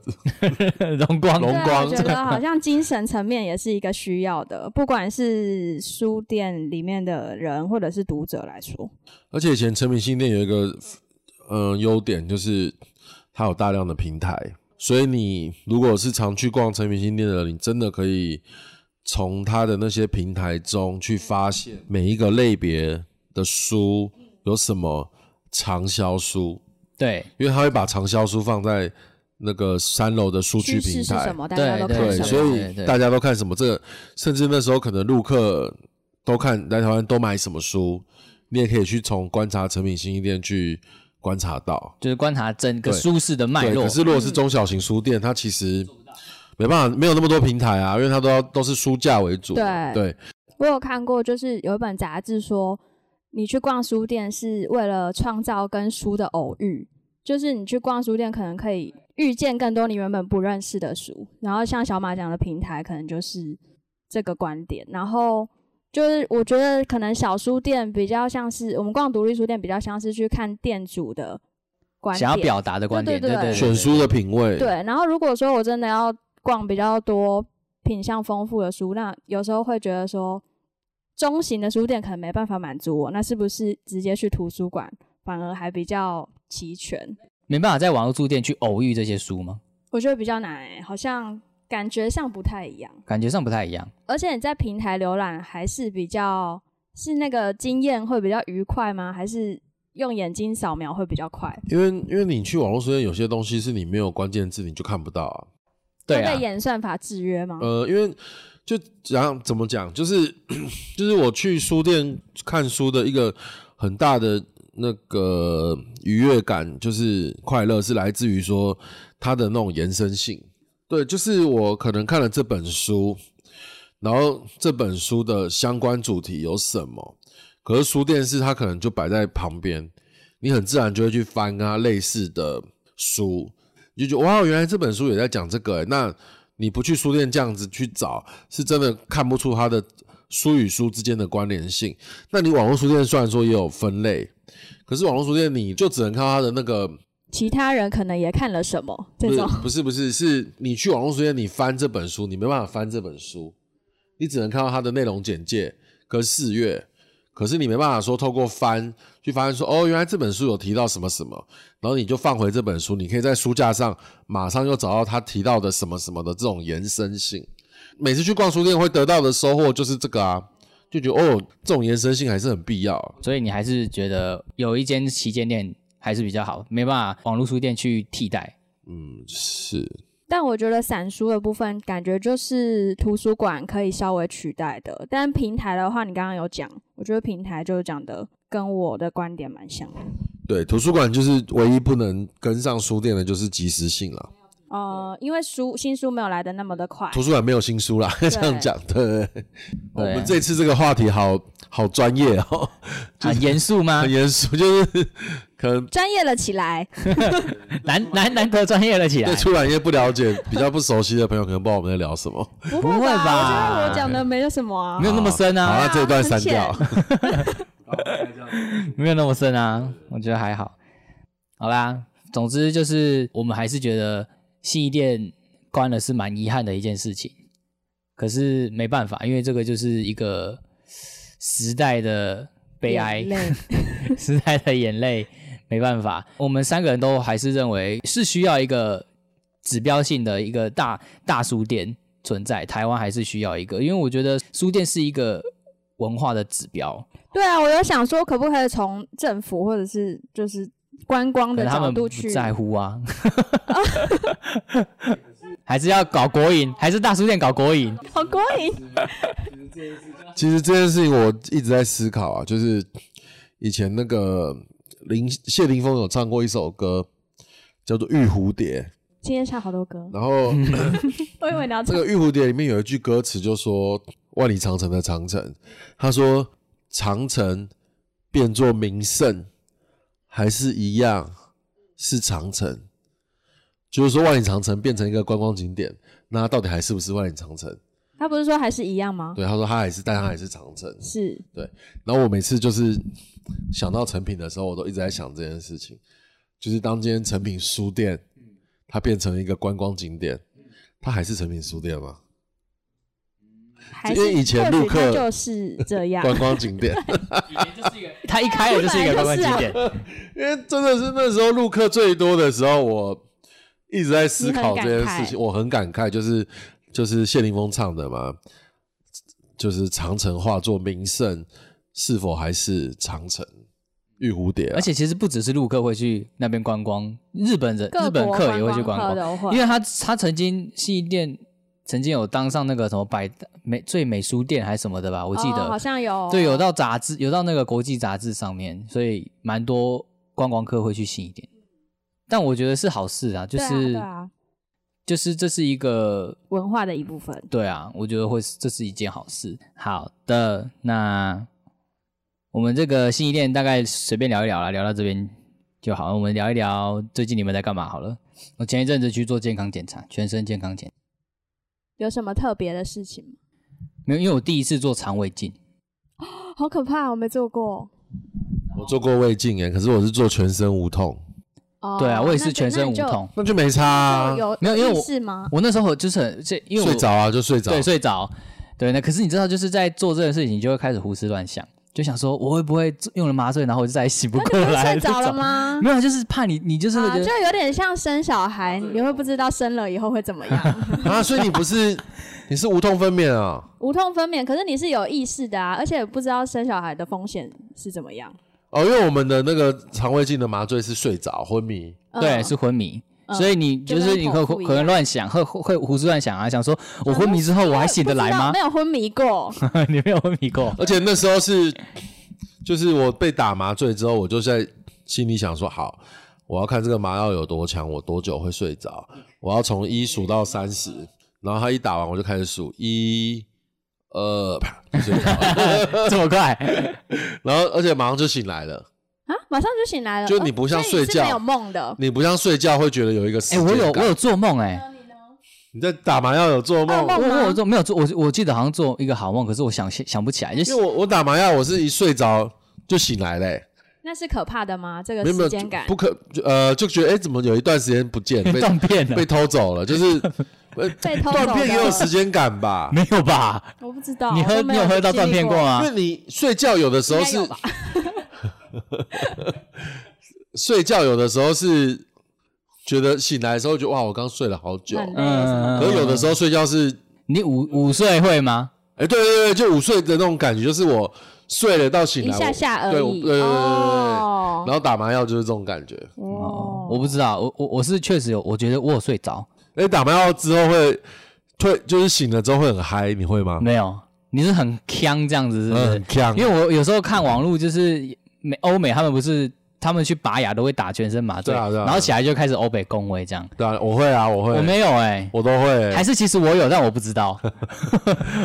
Speaker 2: 荣光
Speaker 1: 荣
Speaker 3: 对啊，
Speaker 1: 光
Speaker 3: 我觉得好像精神层面也是一个需要的，不管是书店里面的人或者是读者来说，
Speaker 1: 而且以前成品新店有一个嗯优、点，就是它有大量的平台，所以你如果是常去逛成品新店的人，你真的可以从它的那些平台中去发现每一个类别的书有什么畅销书，
Speaker 2: 对
Speaker 1: 因为它会把畅销书放在那个三楼的数据
Speaker 3: 趋
Speaker 1: 平
Speaker 3: 势是
Speaker 1: 台
Speaker 3: 什。么，大家都看
Speaker 1: 对，
Speaker 3: 什
Speaker 2: 对
Speaker 1: 所
Speaker 3: 么。
Speaker 2: 对
Speaker 1: 以
Speaker 2: 对
Speaker 1: 大家都看什么？这个甚至那时候可能陆客都看来台湾都买什么书，你也可以去从观察成品新一店去观察到。
Speaker 2: 就是观察整个
Speaker 1: 对
Speaker 2: 舒适的脉
Speaker 1: 对，
Speaker 2: 络
Speaker 1: 可。是如果是中小型书店，它其实没办法，没有那么多平台啊，因为它都要都是书架为主。
Speaker 3: 对
Speaker 1: 对
Speaker 3: 我有看过，就是有一本杂志说，你去逛书店是为了创造跟书的偶遇，就是你去逛书店可能可以遇见更多你原本不认识的书，然后像小马讲的平台，可能就是这个观点，然后。就是我觉得可能小书店比较像是我们逛独立书店比较像是去看店主的观点，
Speaker 2: 想要表达的观点，
Speaker 3: 对
Speaker 2: 对
Speaker 3: 对
Speaker 2: 对，
Speaker 3: 对
Speaker 1: 选书的品味。
Speaker 3: 对，然后如果说我真的要逛比较多品相丰富的书，那有时候会觉得说，中型的书店可能没办法满足我，那是不是直接去图书馆反而还比较齐全？
Speaker 2: 没办法在网络书店去偶遇这些书吗？
Speaker 3: 我觉得比较难、欸，好像感觉上不太一样。
Speaker 2: 感觉上不太一样。
Speaker 3: 而且你在平台浏览还是比较是那个经验会比较愉快吗？还是用眼睛扫描会比较快？
Speaker 1: 因为因为你去网络书店，有些东西是你没有关键字你就看不到啊。
Speaker 2: 对
Speaker 3: 会
Speaker 2: 啊
Speaker 3: 被，演算法制约吗？
Speaker 1: 呃，因为就讲怎么讲，就是 (coughs) 就是我去书店看书的一个很大的那个愉悦感，就是快乐是来自于说它的那种延伸性。对，就是我可能看了这本书，然后这本书的相关主题有什么，可是书店是它可能就摆在旁边，你很自然就会去翻跟它类似的书，你就觉得哇，原来这本书也在讲这个、欸那你不去书店这样子去找，是真的看不出它的书与书之间的关联性。那你网络书店虽然说也有分类，可是网络书店你就只能看到它的那个，
Speaker 3: 其他人可能也看了什么
Speaker 1: 不
Speaker 3: 这
Speaker 1: 是
Speaker 3: 种？
Speaker 1: 不是不是，是你去网络书店你翻这本书，你没办法翻这本书，你只能看到它的内容简介跟四月。可是你没办法说透过翻去发现说哦，原来这本书有提到什么什么，然后你就放回这本书，你可以在书架上马上又找到他提到的什么什么的这种延伸性。每次去逛书店会得到的收获就是这个啊，就觉得哦，这种延伸性还是很必要啊、
Speaker 2: 所以你还是觉得有一间旗舰店还是比较好，没办法网络书店去替代。
Speaker 1: 嗯，是
Speaker 3: 但我觉得散书的部分，感觉就是图书馆可以稍微取代的。但平台的话，你刚刚有讲，我觉得平台就讲的跟我的观点蛮像的。
Speaker 1: 对。图书馆就是唯一不能跟上书店的，就是及时性了。
Speaker 3: 呃，因为书新书没有来的那么的快，
Speaker 1: 图书馆没有新书啦，这样讲对对对我们这次这个话题好好专业哦，
Speaker 2: 很啊严肃吗
Speaker 1: (laughs) 很？严肃，就是可
Speaker 2: (laughs)
Speaker 1: 能
Speaker 3: 专业了起来。
Speaker 2: 难难难得专业了起来
Speaker 1: 对，出版业不了解、比较不熟悉的朋友，可能不知道我们在聊什么。
Speaker 3: 不
Speaker 2: 不会
Speaker 3: 吧？
Speaker 2: 吧
Speaker 3: 我觉得我讲的没有什么啊
Speaker 2: (laughs) 没。有那么深
Speaker 1: 好，
Speaker 2: 啊，
Speaker 1: 那这一
Speaker 2: (laughs)
Speaker 1: 段删掉。
Speaker 2: 没有那么深啊，我觉得还好。好啦，总之就是我们还是觉得信义店关了是蛮遗憾的一件事情，可是没办法，因为这个就是一个时代的悲哀 (laughs)
Speaker 3: 眼，泪
Speaker 2: 时代的眼泪，没办法，我们三个人都还是认为是需要一个指标性的一个大大书店存在，台湾还是需要一个，因为我觉得书店是一个文化的指标，
Speaker 3: 对啊，我有想说，可不可以从政府或者是就是观光
Speaker 2: 可
Speaker 3: 的
Speaker 2: 能他
Speaker 3: 角
Speaker 2: 们
Speaker 3: 度
Speaker 2: 不
Speaker 3: 去？
Speaker 2: 在乎
Speaker 3: (laughs)
Speaker 2: 啊，还是要搞国营，还是大书店搞国营，
Speaker 3: 好过瘾，
Speaker 1: 其实这件事情我一直在思考啊，就是以前那个林谢霆锋有唱过一首歌，叫做《玉蝴蝶》，
Speaker 3: 今天唱好多歌，
Speaker 1: 然
Speaker 2: (laughs)
Speaker 1: 后
Speaker 3: 我以为你要
Speaker 1: 这
Speaker 3: 唱
Speaker 1: 个《玉蝴蝶》里面有一句歌词就说“万里长城的长城”，他说“长城变作名胜，还是一样是长城”，就是说万里长城变成一个观光景点，那到底还是不是万里长城？
Speaker 3: 他不是说还是一样吗？
Speaker 1: 对，他说他还是，但他还是长城。
Speaker 3: 是，
Speaker 1: 然后我每次就是想到成品的时候，我都一直在想这件事情，就是当今天成品书店它变成一个观光景点，它还是成品书店吗？
Speaker 3: 还
Speaker 1: 因
Speaker 3: 是
Speaker 1: 为以前
Speaker 3: 或许
Speaker 1: 陆客
Speaker 3: 他就是
Speaker 2: (laughs)
Speaker 3: 这样，
Speaker 1: 观光景点，
Speaker 2: 他一开了就是一个观光景
Speaker 3: (laughs)
Speaker 2: 点，
Speaker 1: 因为真的是那时候陆客最多的时候，我一直在思考这件事
Speaker 3: 你很感
Speaker 1: 情，我很感慨，就是就是谢霆锋唱的嘛，就是长城化作名胜，是否还是长城？玉蝴蝶啊、
Speaker 2: 而且其实不只是陆客会去那边观光，日本人、
Speaker 3: 各
Speaker 2: 日本
Speaker 3: 国
Speaker 2: 客也会去观
Speaker 3: 观光
Speaker 2: 光，
Speaker 3: 客都会，
Speaker 2: 因为他他曾经信义店曾经有当上那个什么百美最美书店还是什么的吧，我记得、
Speaker 3: 哦好像有，
Speaker 2: 对，有到杂志有到那个国际杂志上面，所以蛮多观光客会去信义店，但我觉得是好事啊，就
Speaker 3: 对啊
Speaker 2: 是、
Speaker 3: 对啊
Speaker 2: 就是这是一个
Speaker 3: 文化的一部分。
Speaker 2: 对啊，我觉得会是这是一件好事。好的，那我们这个新一店大概随便聊一聊啦，聊到这边就好。我们聊一聊最近你们在干嘛好了。我前一阵子去做健康检查，全身健康检，
Speaker 3: 有什么特别的事情吗？
Speaker 2: 没有，因为我第一次做肠胃镜，
Speaker 3: 好可怕，我没做过。
Speaker 1: 我做过胃镜哎，可是我是做全身无痛，
Speaker 3: 哦，
Speaker 2: 对啊，我也
Speaker 3: 那
Speaker 2: 是
Speaker 3: 就
Speaker 2: 全身无。痛。
Speaker 1: 那就没差、啊
Speaker 3: 那就就，有
Speaker 2: 没有因为我
Speaker 3: 是吗？
Speaker 2: 我那时候就是很这，因为我
Speaker 1: 睡着啊就睡着，
Speaker 2: 对睡着，对那可是你知道，就是在做这件事情，你就会开始胡思乱想，就想说我会不会用了麻醉，然后我就再也 (laughs) 醒不过
Speaker 3: 那
Speaker 2: 来
Speaker 3: 你不是
Speaker 2: 那
Speaker 3: 睡着了
Speaker 2: 种？ (laughs)
Speaker 3: 吗？
Speaker 2: 没有，啊就是怕你，你就是会
Speaker 3: 啊，
Speaker 2: 觉得、
Speaker 3: 就有点像生小孩，你会不知道生了以后会怎
Speaker 2: (laughs)
Speaker 3: 么样，
Speaker 1: 啊，所以你不是你是无痛分娩啊？
Speaker 3: 无痛分娩。可是你是有意识的啊，而且不知道生小孩的风险是怎么样。
Speaker 1: 哦，因为我们的那个肠胃镜的麻醉是睡着昏迷，
Speaker 3: 嗯
Speaker 2: 对，是昏迷。
Speaker 3: 嗯
Speaker 2: 所以你
Speaker 3: 就
Speaker 2: 就是
Speaker 3: 跟
Speaker 2: 你可
Speaker 3: 剖腹一
Speaker 2: 可能
Speaker 3: 样嗯
Speaker 2: 乱想，会会胡思乱想啊，想说我昏迷之后我还醒得来吗
Speaker 3: 不知道没？有昏迷过，
Speaker 2: (laughs) 你没有昏迷
Speaker 3: (laughs)
Speaker 2: 过，
Speaker 1: (laughs) 而且那时候是就是我被打麻醉之后，我就在心里想说，好，我要看这个麻药有多强，我多久会睡着，我要从一数到三十，然后他一打完我就开始数一。呃，啪就睡着了 (laughs)
Speaker 2: 这么快？哎
Speaker 1: 然后而且马上就醒来了。
Speaker 3: 啊，马上就醒来了。
Speaker 1: 就你不
Speaker 3: 哦
Speaker 1: 像
Speaker 3: 所以你是
Speaker 1: 睡觉
Speaker 3: 没有梦的。
Speaker 1: 你不像睡觉会觉得有一个时
Speaker 2: 哎，
Speaker 1: 间
Speaker 2: 我有我
Speaker 1: 感
Speaker 2: 有做梦哎，
Speaker 1: 你在打麻药有做
Speaker 3: 噩
Speaker 1: 梦，
Speaker 3: 啊梦
Speaker 2: 我
Speaker 3: 嗯吗
Speaker 2: 我有做没有做？我我记得好像做一个好梦，可是我想想不起来，就
Speaker 1: 因
Speaker 2: 是
Speaker 1: 为我我打麻药我是一睡着就醒来嘞、
Speaker 3: 那是可怕的吗？这个
Speaker 1: 没有没
Speaker 3: 时
Speaker 1: 有
Speaker 3: 间感
Speaker 1: 不可就呃就觉得哎、诶怎么有一段时间不
Speaker 2: (laughs)
Speaker 1: 见被
Speaker 2: 断片了
Speaker 1: 被，偷走了，就是
Speaker 2: (laughs)
Speaker 1: 呃
Speaker 3: 被偷走
Speaker 1: 断片也有时
Speaker 3: 的，
Speaker 1: 间感
Speaker 3: (laughs)
Speaker 1: 吧？
Speaker 2: 没有吧？
Speaker 3: 我不知道。
Speaker 2: 你喝
Speaker 3: 哦我
Speaker 2: 你
Speaker 3: 都没有
Speaker 2: 有喝到断片
Speaker 3: 经历
Speaker 2: 过
Speaker 3: 过？
Speaker 2: 吗
Speaker 1: 因？为你睡觉有的时候
Speaker 3: 应该
Speaker 1: 是
Speaker 3: 有吧？
Speaker 1: (laughs) 睡觉有的时候是觉得醒来的时候觉得哇我刚睡了好久，
Speaker 3: 很累什
Speaker 2: 嗯，
Speaker 3: 么
Speaker 1: 可是有的时候睡觉是
Speaker 2: 你午午睡会吗？
Speaker 1: 哎、对对对，就午睡的那种感觉，就是我睡了到醒
Speaker 3: 一
Speaker 1: 来
Speaker 3: 下
Speaker 1: 我
Speaker 3: 下而已。
Speaker 1: 对我对对对对对对
Speaker 3: 哦
Speaker 1: 然后打麻药就是这种感觉。
Speaker 2: 哦
Speaker 3: 哦，
Speaker 2: 我不知道，我我我是确实有，我觉得我有睡着，
Speaker 1: 哎、打麻药之后会会就是醒了之后会很嗨，你会吗？
Speaker 2: 没有，你是很呛这样子，是不
Speaker 1: 嗯
Speaker 2: 是
Speaker 1: 很？强，
Speaker 2: 因为我有时候看网络，就是美欧美他们不是他们去拔牙都会打全身麻醉，
Speaker 1: 对啊对啊
Speaker 2: 然后起来就开始欧北恭维这样。
Speaker 1: 对啊，我会啊，我会，
Speaker 2: 我没有哎、
Speaker 1: 我都会、
Speaker 2: 还是其实我有，但我不
Speaker 1: (laughs)
Speaker 2: 知道，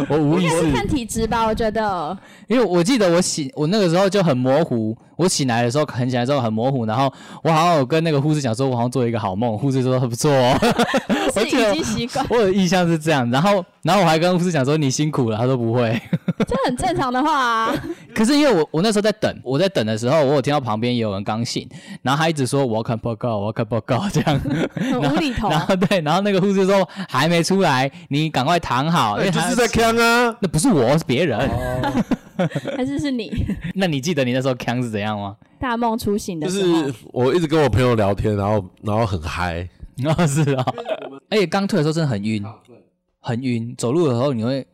Speaker 2: 我无意
Speaker 3: 应该是
Speaker 2: 识，
Speaker 3: 看体质吧，我觉
Speaker 1: (laughs)
Speaker 3: 得。
Speaker 2: 因为我记得我醒，我那个时候就很模糊，我醒来的时候很醒来之后很模糊，然后我好像有跟那个护士讲说，我好像做了一个好梦，护士说很不错哦， (laughs)
Speaker 3: 是
Speaker 2: 我
Speaker 3: 已
Speaker 2: 记得
Speaker 3: 经习
Speaker 1: (laughs)
Speaker 3: 惯，
Speaker 2: 我有印象是这样，然后然后我还跟护士讲说你辛苦了，他说不会，
Speaker 3: 这很正常的话啊。
Speaker 2: 可是因为我我那时候在等，我在等的时候，我有听到旁边也有人刚醒，然后他一直说我要看报告，我要看报告这样，
Speaker 3: 很无厘头啊
Speaker 2: 然后对，然后那个护士说还没出来，你赶快躺好，因
Speaker 1: 哎
Speaker 2: 为
Speaker 1: 就
Speaker 2: 他
Speaker 1: 是在呛啊。
Speaker 2: 那不是我是别人，
Speaker 3: 还是是你？
Speaker 2: 那你记得你那时候腔是怎样吗？
Speaker 3: 大梦初醒的
Speaker 1: 就
Speaker 3: 时候，
Speaker 1: 是我一直跟我朋友聊天，然后然后很嗨，
Speaker 2: 然后是啊，而且刚退的时候真的很晕，很晕，走路的时候你会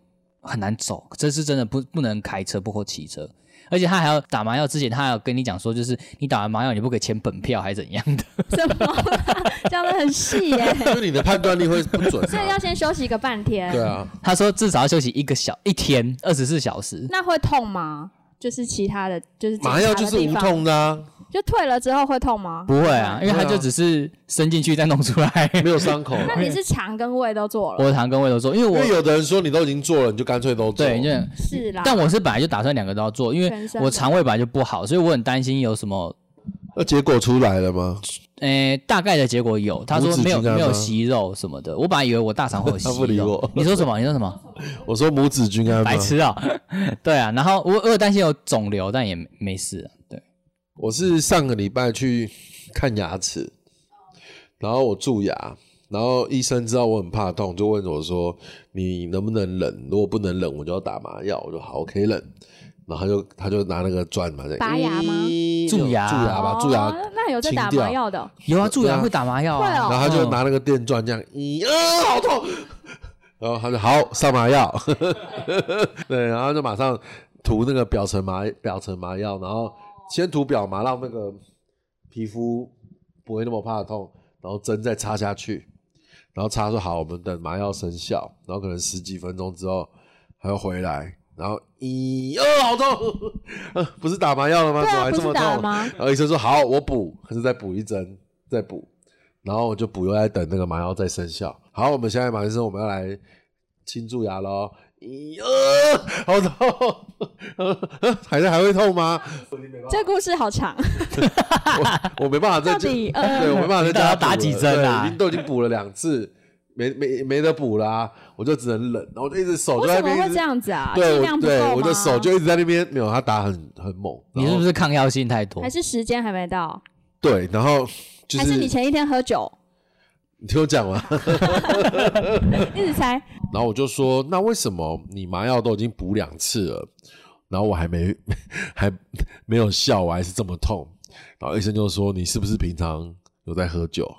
Speaker 2: 很难走，这是真的不不能开车，不或骑车。而且他还要打麻药之前，他还要跟你讲说，就是你打完麻药你不可以签本票还是怎样的。
Speaker 3: 什么啦讲的
Speaker 1: (laughs)
Speaker 3: 很细耶、
Speaker 1: (laughs) 就是你的判断力会不准、
Speaker 3: 所以
Speaker 1: 啊
Speaker 3: 要。先休息个半天。
Speaker 1: 对啊，
Speaker 2: 他说至少要休息一个小一天，二十四小时。
Speaker 3: 那会痛吗？就是其他的，就是检查
Speaker 1: 麻
Speaker 3: 的
Speaker 1: 药就是
Speaker 3: 地
Speaker 1: 无
Speaker 3: 方，
Speaker 1: 痛的、啊，
Speaker 3: 就退了之后会痛吗？
Speaker 2: 不会啊，因为他
Speaker 1: 对啊
Speaker 2: 就只是伸进去再弄出来。
Speaker 1: (laughs) 没有伤口啊、
Speaker 3: 那 (laughs) 你是肠跟胃都做了？
Speaker 2: 我常跟魏柔说，因为
Speaker 1: 因为
Speaker 2: 我
Speaker 1: 有的人说你都已经做了，你就干脆都做。
Speaker 2: 对，就
Speaker 3: 是啦，
Speaker 2: 但我是本来就打算两个都要做，因为
Speaker 3: 全身
Speaker 2: 我肠胃本来就不好，所以我很担心有什么。
Speaker 1: 那结果出来了吗？
Speaker 2: 诶、大概的结果有，他说
Speaker 1: 拇指
Speaker 2: 没有
Speaker 1: 肌酐吗
Speaker 2: 没有息肉什么的，我本来以为我大肠会有息肉。
Speaker 1: 啊 (laughs) 他不理我
Speaker 2: (laughs) 你说什么？你说
Speaker 1: (laughs)
Speaker 2: 什么？
Speaker 1: 我说母子均安吗
Speaker 2: 白？痴啊、 (laughs) 对啊，然后我我有担心有肿瘤，但也没没事、啊。对，
Speaker 1: 我是上个礼拜去看牙齿，然后我蛀牙，然后医生知道我很怕痛，就问我说：“你能不能忍？如果不能忍，我就要打麻药。”我说：“好，我可以忍。”然后他就他就拿那个钻嘛，这样
Speaker 3: 拔牙吗
Speaker 1: 咦
Speaker 2: 蛀牙
Speaker 1: 蛀牙吧，蛀牙。
Speaker 3: 哦那有在打
Speaker 1: 清掉
Speaker 3: 麻药的哦，
Speaker 2: 有啊，蛀
Speaker 1: 对
Speaker 2: 牙
Speaker 1: 啊
Speaker 2: 会打麻药、啊，
Speaker 3: 会哦
Speaker 1: 然后他就
Speaker 2: 嗯
Speaker 1: 拿那个电钻这样，咦啊，好痛！然后他就好上麻药， (laughs) 对，然后就马上涂那个表层麻表层麻药，然后先涂表麻，让那个皮肤不会那么怕痛，然后针再插下去，然后插说好，我们等麻药生效，然后可能十几分钟之后还要回来，然后咦啊，好痛！ (laughs) 呃不是打麻药了吗？
Speaker 3: 对
Speaker 1: 怎么
Speaker 3: 啊，
Speaker 1: 还
Speaker 3: 不
Speaker 1: 这么
Speaker 3: 是打了
Speaker 1: 痛？
Speaker 3: 吗？
Speaker 1: 然后医生说好，我补，可是再补一针，再补，然后我就补，又在等那个麻药再生效。好，我们现在马医生，我们要来清蛀牙喽。咦，呃，好痛， (laughs) 呃还在还会痛吗？啊
Speaker 3: 这故事好长，
Speaker 1: 我没办法再
Speaker 3: 到
Speaker 1: 进，(laughs)
Speaker 3: 底
Speaker 1: 对
Speaker 3: 呃，
Speaker 1: 我没办法再加
Speaker 2: 你到底要打几针啊
Speaker 1: 已经都已经补了两次，没没没得补啦、啊我就只能忍，然后我就一直手就
Speaker 3: 为
Speaker 1: 在
Speaker 3: 什
Speaker 1: 那
Speaker 3: 么
Speaker 1: 边
Speaker 3: 会
Speaker 1: 一
Speaker 3: 这
Speaker 1: 直，
Speaker 3: 样子啊？
Speaker 1: 对
Speaker 3: 剂
Speaker 1: 我
Speaker 3: 量不够吗
Speaker 1: 对，我的手就一直在那边，没有，他打很很猛，
Speaker 2: 你是不
Speaker 1: 是？
Speaker 2: 是抗药性太多
Speaker 3: 还？是时间还没到，
Speaker 1: 对，然后就
Speaker 3: 还
Speaker 1: 是
Speaker 3: 是你前一天
Speaker 2: (laughs)
Speaker 3: 喝酒，
Speaker 1: 你听我讲完。
Speaker 3: 一直猜
Speaker 1: 然后我就说，那为什么你麻药都已经补两次了，然后我还没 (laughs) 还没有效，我还是这么痛？然后医生就说，你是不是平常有在喝酒，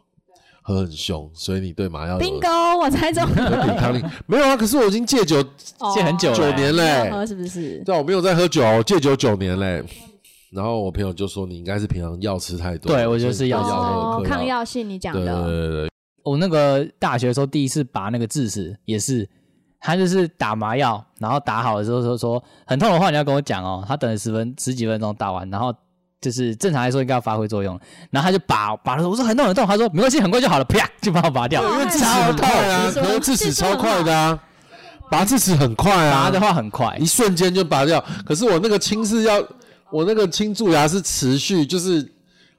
Speaker 1: 喝很凶，所以你对麻药
Speaker 2: 呃
Speaker 1: 有有
Speaker 3: bingo，我猜中，
Speaker 1: 抵抗力？ (laughs) 没有啊，可是我已经戒酒
Speaker 2: (laughs) 戒很久
Speaker 3: 哦
Speaker 2: 了
Speaker 1: 九年嘞、
Speaker 3: 没有喝是不是？
Speaker 1: 对啊，我没有在喝酒哦，戒酒九年嘞、然后我朋友就说，你应该是平常药吃太多了，
Speaker 2: 对我觉得
Speaker 1: 所以
Speaker 2: 是药
Speaker 1: 对
Speaker 2: 吃太
Speaker 1: 药
Speaker 3: 哦
Speaker 1: 喝，
Speaker 3: 抗
Speaker 1: 嗑药。
Speaker 3: 药性你讲
Speaker 1: 对对
Speaker 3: 的，
Speaker 1: 对对，
Speaker 2: 我那个大学的时候第一次拔那个智齿，也是他就是打麻药，然后打好了之后说说很痛的话你要跟我讲哦，他等了十分十几分钟打完，然后就是正常来说应该要发挥作用，然后他就拔拔了，我说很痛很痛，他说没关系，很快就好了，啪就把我拔掉，
Speaker 3: 哦
Speaker 1: 因为
Speaker 3: 那
Speaker 1: 智齿
Speaker 2: 超
Speaker 1: 很
Speaker 2: 痛
Speaker 1: 快，啊，
Speaker 3: 你说
Speaker 1: 可是智齿
Speaker 3: 智齿
Speaker 1: 超
Speaker 3: 很
Speaker 1: 快
Speaker 3: 快
Speaker 1: 的啊，拔智齿很快啊，
Speaker 2: 拔的话很快
Speaker 1: 一，瞬间就拔掉。可是我那个清是要，我那个清蛀牙是持续，就是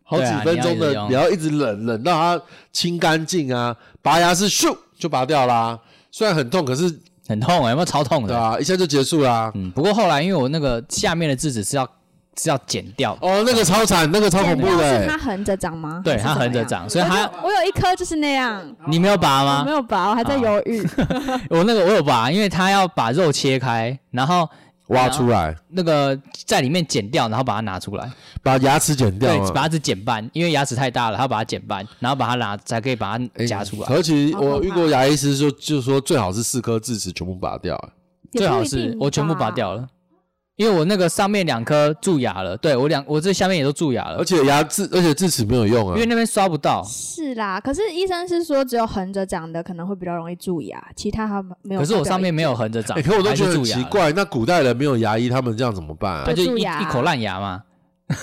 Speaker 1: 好几分钟的，
Speaker 2: 对啊
Speaker 1: 你
Speaker 2: 你
Speaker 1: 要一直忍忍到它清干净啊。拔牙是咻就拔掉啦，虽然很痛，可是
Speaker 2: 很痛，欸有没有超痛
Speaker 1: 对
Speaker 2: 的？
Speaker 1: 啊，一下就结束啦。
Speaker 2: 嗯，不过后来因为我那个下面的智齿是要是要剪掉，
Speaker 1: 哦，那个超惨，那个超恐
Speaker 3: 剪
Speaker 1: 怖
Speaker 3: 掉
Speaker 1: 的、
Speaker 3: 啊哦是
Speaker 1: 欸
Speaker 3: 它。横着长吗？
Speaker 2: 对，
Speaker 3: 还是
Speaker 2: 它
Speaker 3: 怎么
Speaker 2: 横着
Speaker 3: 样。
Speaker 2: 长，所以它
Speaker 3: 我有一颗就是哦那样，
Speaker 2: 你没有拔
Speaker 3: 我
Speaker 2: 吗啊
Speaker 3: 没？有拔，我还在犹豫。
Speaker 2: 我那个我有拔，因为它要把肉切开，然后
Speaker 1: 挖出来，
Speaker 2: 那个在里面剪掉，然后把它拿出来。
Speaker 1: 把牙齿剪掉
Speaker 2: 对，
Speaker 1: 嘛。
Speaker 2: 把它只剪半，因为牙齿太大了，他把它剪半，然后把它拿，才可以把它
Speaker 1: 哎
Speaker 2: 夹出来。
Speaker 1: 而且
Speaker 3: 好可怕
Speaker 1: 我遇过牙医师说，就说最好是四颗智齿全部拔掉、欸
Speaker 3: 也
Speaker 2: 最
Speaker 3: 不
Speaker 2: 好
Speaker 3: 一
Speaker 2: 是
Speaker 3: 定
Speaker 2: 我全部拔
Speaker 3: 吧。
Speaker 2: 掉了，因为我那个上面两颗蛀牙了，对我两我这下面也都蛀牙了
Speaker 1: 而，且牙智，而且智齿没有用啊
Speaker 2: 因为。那边刷不到。
Speaker 3: 是啦，可是医生是说只有横着长的可能会比较容易蛀牙，其他他没有。
Speaker 2: 可是我上面没有横着长，
Speaker 1: 哎、可 (laughs) 我都
Speaker 2: 还
Speaker 1: 觉
Speaker 2: 是
Speaker 1: 得很
Speaker 2: 蛀牙
Speaker 1: 奇
Speaker 2: 了，
Speaker 1: 怪，那古代人没有牙医，他们这样怎么办啊
Speaker 2: 那？就
Speaker 3: 蛀
Speaker 2: 一
Speaker 3: 牙
Speaker 2: 一口烂牙嘛。
Speaker 1: (laughs)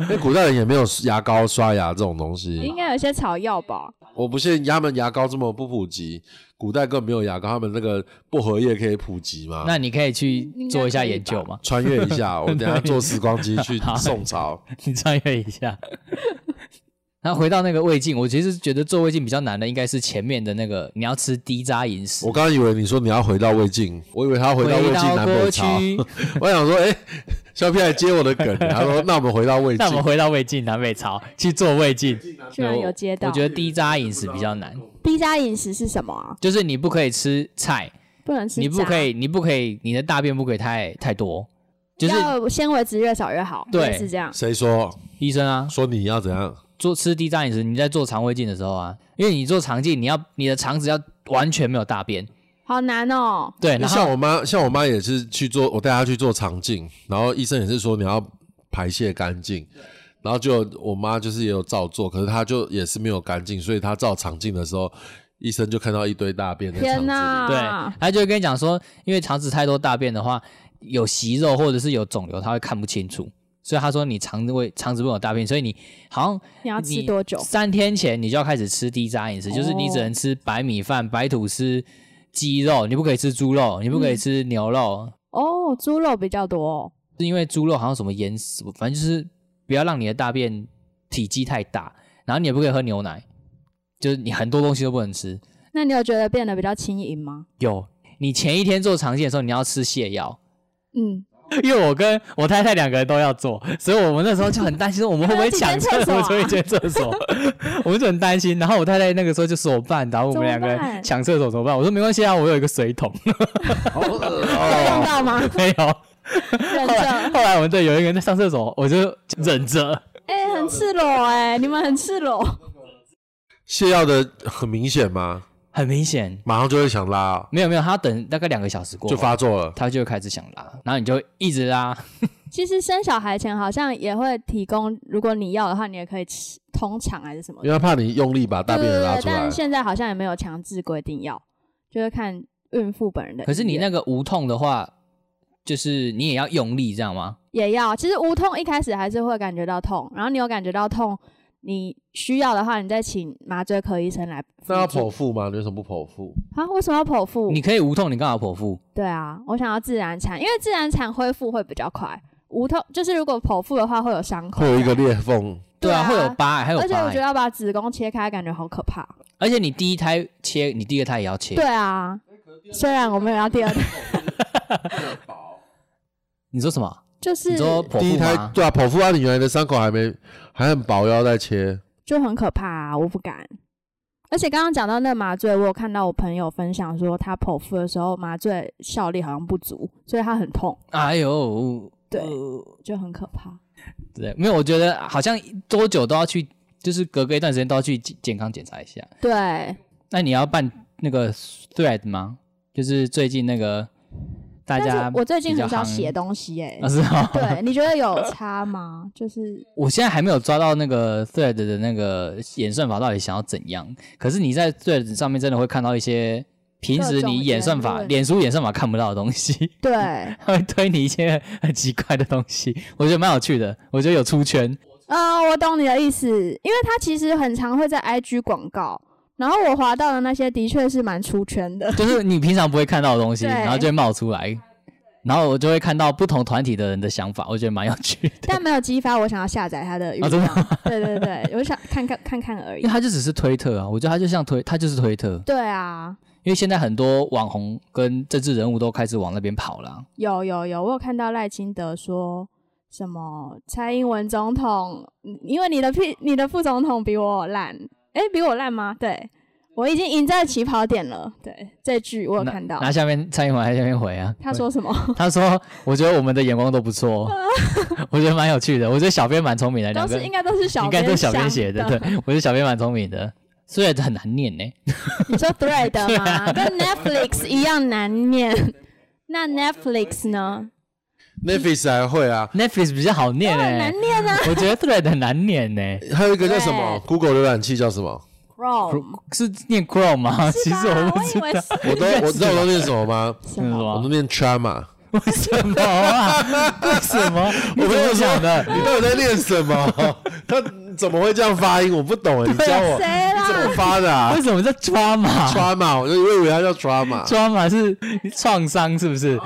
Speaker 1: 因为古代人也没有牙膏、刷牙这种东西
Speaker 3: 应，该有些草药吧？
Speaker 1: 我不信他们牙膏这么不普及。古代根本没有牙膏，他们那个薄荷叶可以普及吗？
Speaker 2: 那你可以去
Speaker 3: 应该
Speaker 2: 做一下
Speaker 3: 可以
Speaker 2: 研究嘛，
Speaker 1: 穿越一 (laughs) 下，我等一下坐时光机去
Speaker 2: 好
Speaker 1: 宋朝。
Speaker 2: (laughs) 你穿越一下。然后回到那个胃镜，我其实觉得做胃镜比较难的应该是前面的那个，你要吃低渣饮食，
Speaker 1: 我刚刚以为你说你要回到魏晋，我以为他要回到魏晋南
Speaker 2: 过
Speaker 1: 北朝。 (laughs)
Speaker 2: 去，
Speaker 1: 我想说，哎、小屁还接我的梗，他说 (laughs) 那我们回到魏
Speaker 2: 那
Speaker 1: 晋
Speaker 2: 我。们回到魏晋南北朝去做魏晋，
Speaker 3: 居然有接到。
Speaker 2: 我觉得低渣饮食比较难，
Speaker 3: 低渣饮食是什么啊？
Speaker 2: 就是你不可以吃菜，
Speaker 3: 不能吃。
Speaker 2: 你不可。以，你不可以，你的大便不可以太太多，就是
Speaker 3: 要纤维值越少越好，
Speaker 2: 对
Speaker 3: 类似这样。
Speaker 1: 谁说
Speaker 2: 医生啊，
Speaker 1: 说你要怎样？
Speaker 2: 做吃低渣饮食，你在做肠胃镜的时候啊，因为你做肠镜，你要你的肠子要完全没有大便，
Speaker 3: 好难哦，
Speaker 2: 对，然
Speaker 1: 像
Speaker 2: 后
Speaker 1: 我妈，像我妈也是去做，我带她去做肠镜，然后医生也是说你要排泄干净，然后就我妈就是也有照做，可是她就也是没有干净，所以她照肠镜的时候，医生就看到一堆大便在肠
Speaker 3: 天
Speaker 1: 子里。
Speaker 3: 哪！
Speaker 2: 对，他就会跟你讲说，因为肠子太多大便的话，有息肉或者是有肿瘤，他会看不清楚，所以他说你肠胃肠子会有大便，所以你好像
Speaker 3: 你要吃
Speaker 2: 你
Speaker 3: 多久？
Speaker 2: 三天前你就要开始吃低渣饮食，就是你只能吃白米饭、白吐司、鸡肉，你不可以吃猪肉，你不可以吃牛肉，
Speaker 3: 哦，猪肉比较多哦。
Speaker 2: 是因为猪肉好像什么盐，反正就是不要让你的大便体积太大，然后你也不可以喝牛奶，就是你很多东西都不能吃。
Speaker 3: 那你有觉得变得比较轻盈吗？
Speaker 2: 有，你前一天做肠镜的时候，你要吃泻药。
Speaker 3: 嗯，
Speaker 2: 因为我跟我太太两个人都要做，所以我们那时候就很担心，我们会不
Speaker 3: (laughs)
Speaker 2: 会抢厕 (laughs)
Speaker 3: 那
Speaker 2: 所？
Speaker 3: 要
Speaker 2: 一
Speaker 3: 去
Speaker 2: 间厕所，我们就很担心。然后我太太那个时候就说我办，然后我们两个
Speaker 3: 怎么
Speaker 2: 人
Speaker 3: 办
Speaker 2: 抢厕所怎么办？我说没关系啊，我有一个水桶，
Speaker 1: (laughs)
Speaker 2: (laughs)
Speaker 1: 好恶
Speaker 3: 有用 (laughs)
Speaker 1: 哦
Speaker 3: 到吗？
Speaker 2: 没有。后
Speaker 3: 忍
Speaker 2: 来 (laughs)
Speaker 3: 着，
Speaker 2: 后来我们队有一个人在上厕所，我就忍着。
Speaker 3: 哎、很赤裸哎、你们很赤裸。
Speaker 1: 泻药的很明显吗？
Speaker 2: 很明显，
Speaker 1: 马上就会想拉哦，
Speaker 2: 没有没有，他等大概两个小时过后
Speaker 1: 就发作了。
Speaker 2: 他就会开始想拉，然后你就一直拉，
Speaker 3: 其实生小孩前好像也会提供，如果你要的话，你也可以吃通肠还是什么的
Speaker 1: 因。为她怕你用力把大
Speaker 3: 对
Speaker 1: 便给
Speaker 3: 对对
Speaker 1: 拉
Speaker 3: 对，
Speaker 1: 出来
Speaker 3: 但，现在好像也没有强制规定要，就是看孕妇本人的意愿。
Speaker 2: 可是你那个无痛的话，就是你也要用力，这样吗？
Speaker 3: 也要，其实无痛一开始还是会感觉到痛，然后你有感觉到痛，你需要的话，你再请麻醉科医生来辅助。
Speaker 1: 那要剖腹吗？你为什么不剖腹？
Speaker 3: 啊？为什么要剖腹？
Speaker 2: 你可以无痛，你干嘛剖腹？
Speaker 3: 对啊，我想要自然产，因为自然产恢复会比较快。无痛就是如果剖腹的话会有伤口，
Speaker 1: 会有一个裂缝，
Speaker 2: 对啊，
Speaker 3: 对啊
Speaker 2: 会有疤、欸，还有疤、
Speaker 3: 而且我
Speaker 2: 欸
Speaker 3: 觉得要把子宫切开感觉好可怕。
Speaker 2: 而且你第一胎切，你第二胎也要切。
Speaker 3: 对，啊，虽然我没有要第二胎，
Speaker 2: 你说什么？
Speaker 3: 就是
Speaker 2: 你说剖
Speaker 1: 第一
Speaker 2: 腹
Speaker 1: 胎
Speaker 2: 吗？
Speaker 1: 对啊，剖腹啊，你原来的伤口还没还很薄，要再
Speaker 3: (laughs)
Speaker 1: 切。
Speaker 3: 就很可怕、啊，我不敢。而且刚刚讲到那麻醉，我有看到我朋友分享说，他剖腹的时候麻醉效力好像不足，所以他很痛，
Speaker 2: 哎呦，
Speaker 3: 对
Speaker 2: 呃
Speaker 3: 就很可怕。
Speaker 2: 对，没有，我觉得好像多久都要去，就是隔个一段时间都要去健健康检查一下。
Speaker 3: 对，
Speaker 2: 那你要办那个 thread 吗？就是最近那个大
Speaker 3: 但
Speaker 2: 家
Speaker 3: 是我最近很少
Speaker 2: 比较夯
Speaker 3: 写东西
Speaker 2: (laughs)
Speaker 3: 耶、
Speaker 2: 啊是吗？
Speaker 3: 对，你觉得有差吗？
Speaker 2: (laughs)
Speaker 3: 就是
Speaker 2: 我现在还没有抓到那个 Thread 的那个演算法到底想要怎样。可是你在 Thread 上面真的会看到一些平时
Speaker 3: 各种
Speaker 2: 你演算法、
Speaker 3: 言论
Speaker 2: 脸书演算法看不到的东西，
Speaker 3: 对，
Speaker 2: 它会推你一些很奇怪的东西，我觉得蛮有趣的。我觉得有出圈，
Speaker 3: 呃，我懂你的意思，因为他其实很常会在 IG 广告，然后我滑到的那些的确是蛮出圈的。
Speaker 2: 就是你平常不会看到的东西，
Speaker 3: 对
Speaker 2: 然后就会冒出来。然后我就会看到不同团体的人的想法，我觉得蛮有趣的，
Speaker 3: 但没有激发我想要下载它的欲
Speaker 2: 啊
Speaker 3: 望。
Speaker 2: 真的
Speaker 3: 对对对，我想看看看看而
Speaker 2: 因
Speaker 3: 已
Speaker 2: 为。它就只是推特啊，我觉得它就像推，它就是推特，
Speaker 3: 对啊，
Speaker 2: 因为现在很多网红跟政治人物都开始往那边跑了啊、
Speaker 3: 有有有，我有看到赖清德说什么蔡英文总统，嗯因为你的屁，你的副总统比我烂，诶，比我烂吗？对，我已经赢在起跑点了。对，这句我有看到
Speaker 2: 那。那下面蔡英文还在下面回啊，
Speaker 3: 他说什么？
Speaker 2: 他说：“我觉得我们的眼光都不
Speaker 3: (laughs)
Speaker 2: 错，我觉得蛮有趣的。我觉得小编蛮聪明的，哎两
Speaker 3: 都
Speaker 2: 个
Speaker 3: 是应该都是小
Speaker 2: 应该都是小编
Speaker 3: 编
Speaker 2: 写的
Speaker 3: 的。。
Speaker 2: 对，我觉得小编蛮聪明的，虽然很难念呢。
Speaker 3: 你说
Speaker 2: (laughs)
Speaker 3: Thread 吗？跟 Netflix 一样难念。那 Netflix 呢？
Speaker 1: Netflix 还会啊，
Speaker 2: Netflix 比较好念
Speaker 3: 很
Speaker 2: 呢
Speaker 3: 难，念啊。
Speaker 2: 我觉得 Thread 很难念欸呢，
Speaker 1: 还有一个叫什么 Google 浏览器叫什么？
Speaker 3: Chrome
Speaker 2: 是念 Chrome 吗？ (laughs) 其实我不知
Speaker 3: 是吧我以为
Speaker 2: 道。”
Speaker 3: 是 (laughs)
Speaker 1: 我都
Speaker 2: 应该是
Speaker 1: 我知道我都念什么吗？
Speaker 3: 什
Speaker 2: 真的
Speaker 3: 么？
Speaker 1: 我都
Speaker 2: 吗？
Speaker 1: 念 Chama。
Speaker 2: 为 (laughs) 什么啊？ (laughs) 为什么？
Speaker 1: 我朋
Speaker 2: 我怎
Speaker 1: 友
Speaker 2: 么
Speaker 1: 说
Speaker 2: 想的？
Speaker 1: 你到底在念什么？ (laughs) 他怎么会这样发音？我不懂哎，
Speaker 3: 啊
Speaker 1: 你教我
Speaker 3: 谁啦？
Speaker 1: 怎么发的啊
Speaker 2: 为什么叫 trauma？
Speaker 1: ？Chama，我就以为他叫 Chama。
Speaker 2: trauma 是创伤，是不是